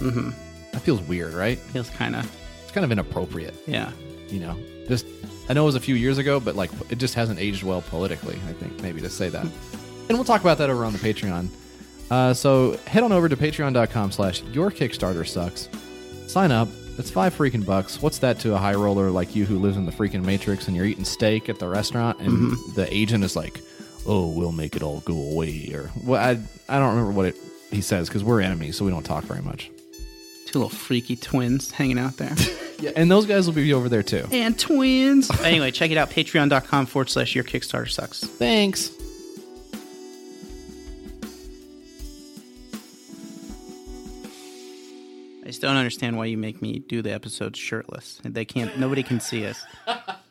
[SPEAKER 4] Mm-hmm.
[SPEAKER 3] That feels weird, right?
[SPEAKER 4] Feels kind of.
[SPEAKER 3] It's kind of inappropriate.
[SPEAKER 4] Yeah.
[SPEAKER 3] You know, just I know it was a few years ago, but like it just hasn't aged well politically. I think maybe to say that, and we'll talk about that over on the Patreon. Uh, so head on over to Patreon.com/slash Your Kickstarter Sucks. Sign up. It's five freaking bucks. What's that to a high roller like you who lives in the freaking Matrix and you're eating steak at the restaurant and the agent is like, "Oh, we'll make it all go away," or well, I I don't remember what it he says because we're enemies, so we don't talk very much.
[SPEAKER 4] Two little freaky twins hanging out there.
[SPEAKER 3] Yeah, and those guys will be over there too.
[SPEAKER 4] and twins. anyway, check it out. Patreon.com forward slash your Kickstarter sucks.
[SPEAKER 3] Thanks.
[SPEAKER 4] I just don't understand why you make me do the episodes shirtless. They can't. Nobody can see us.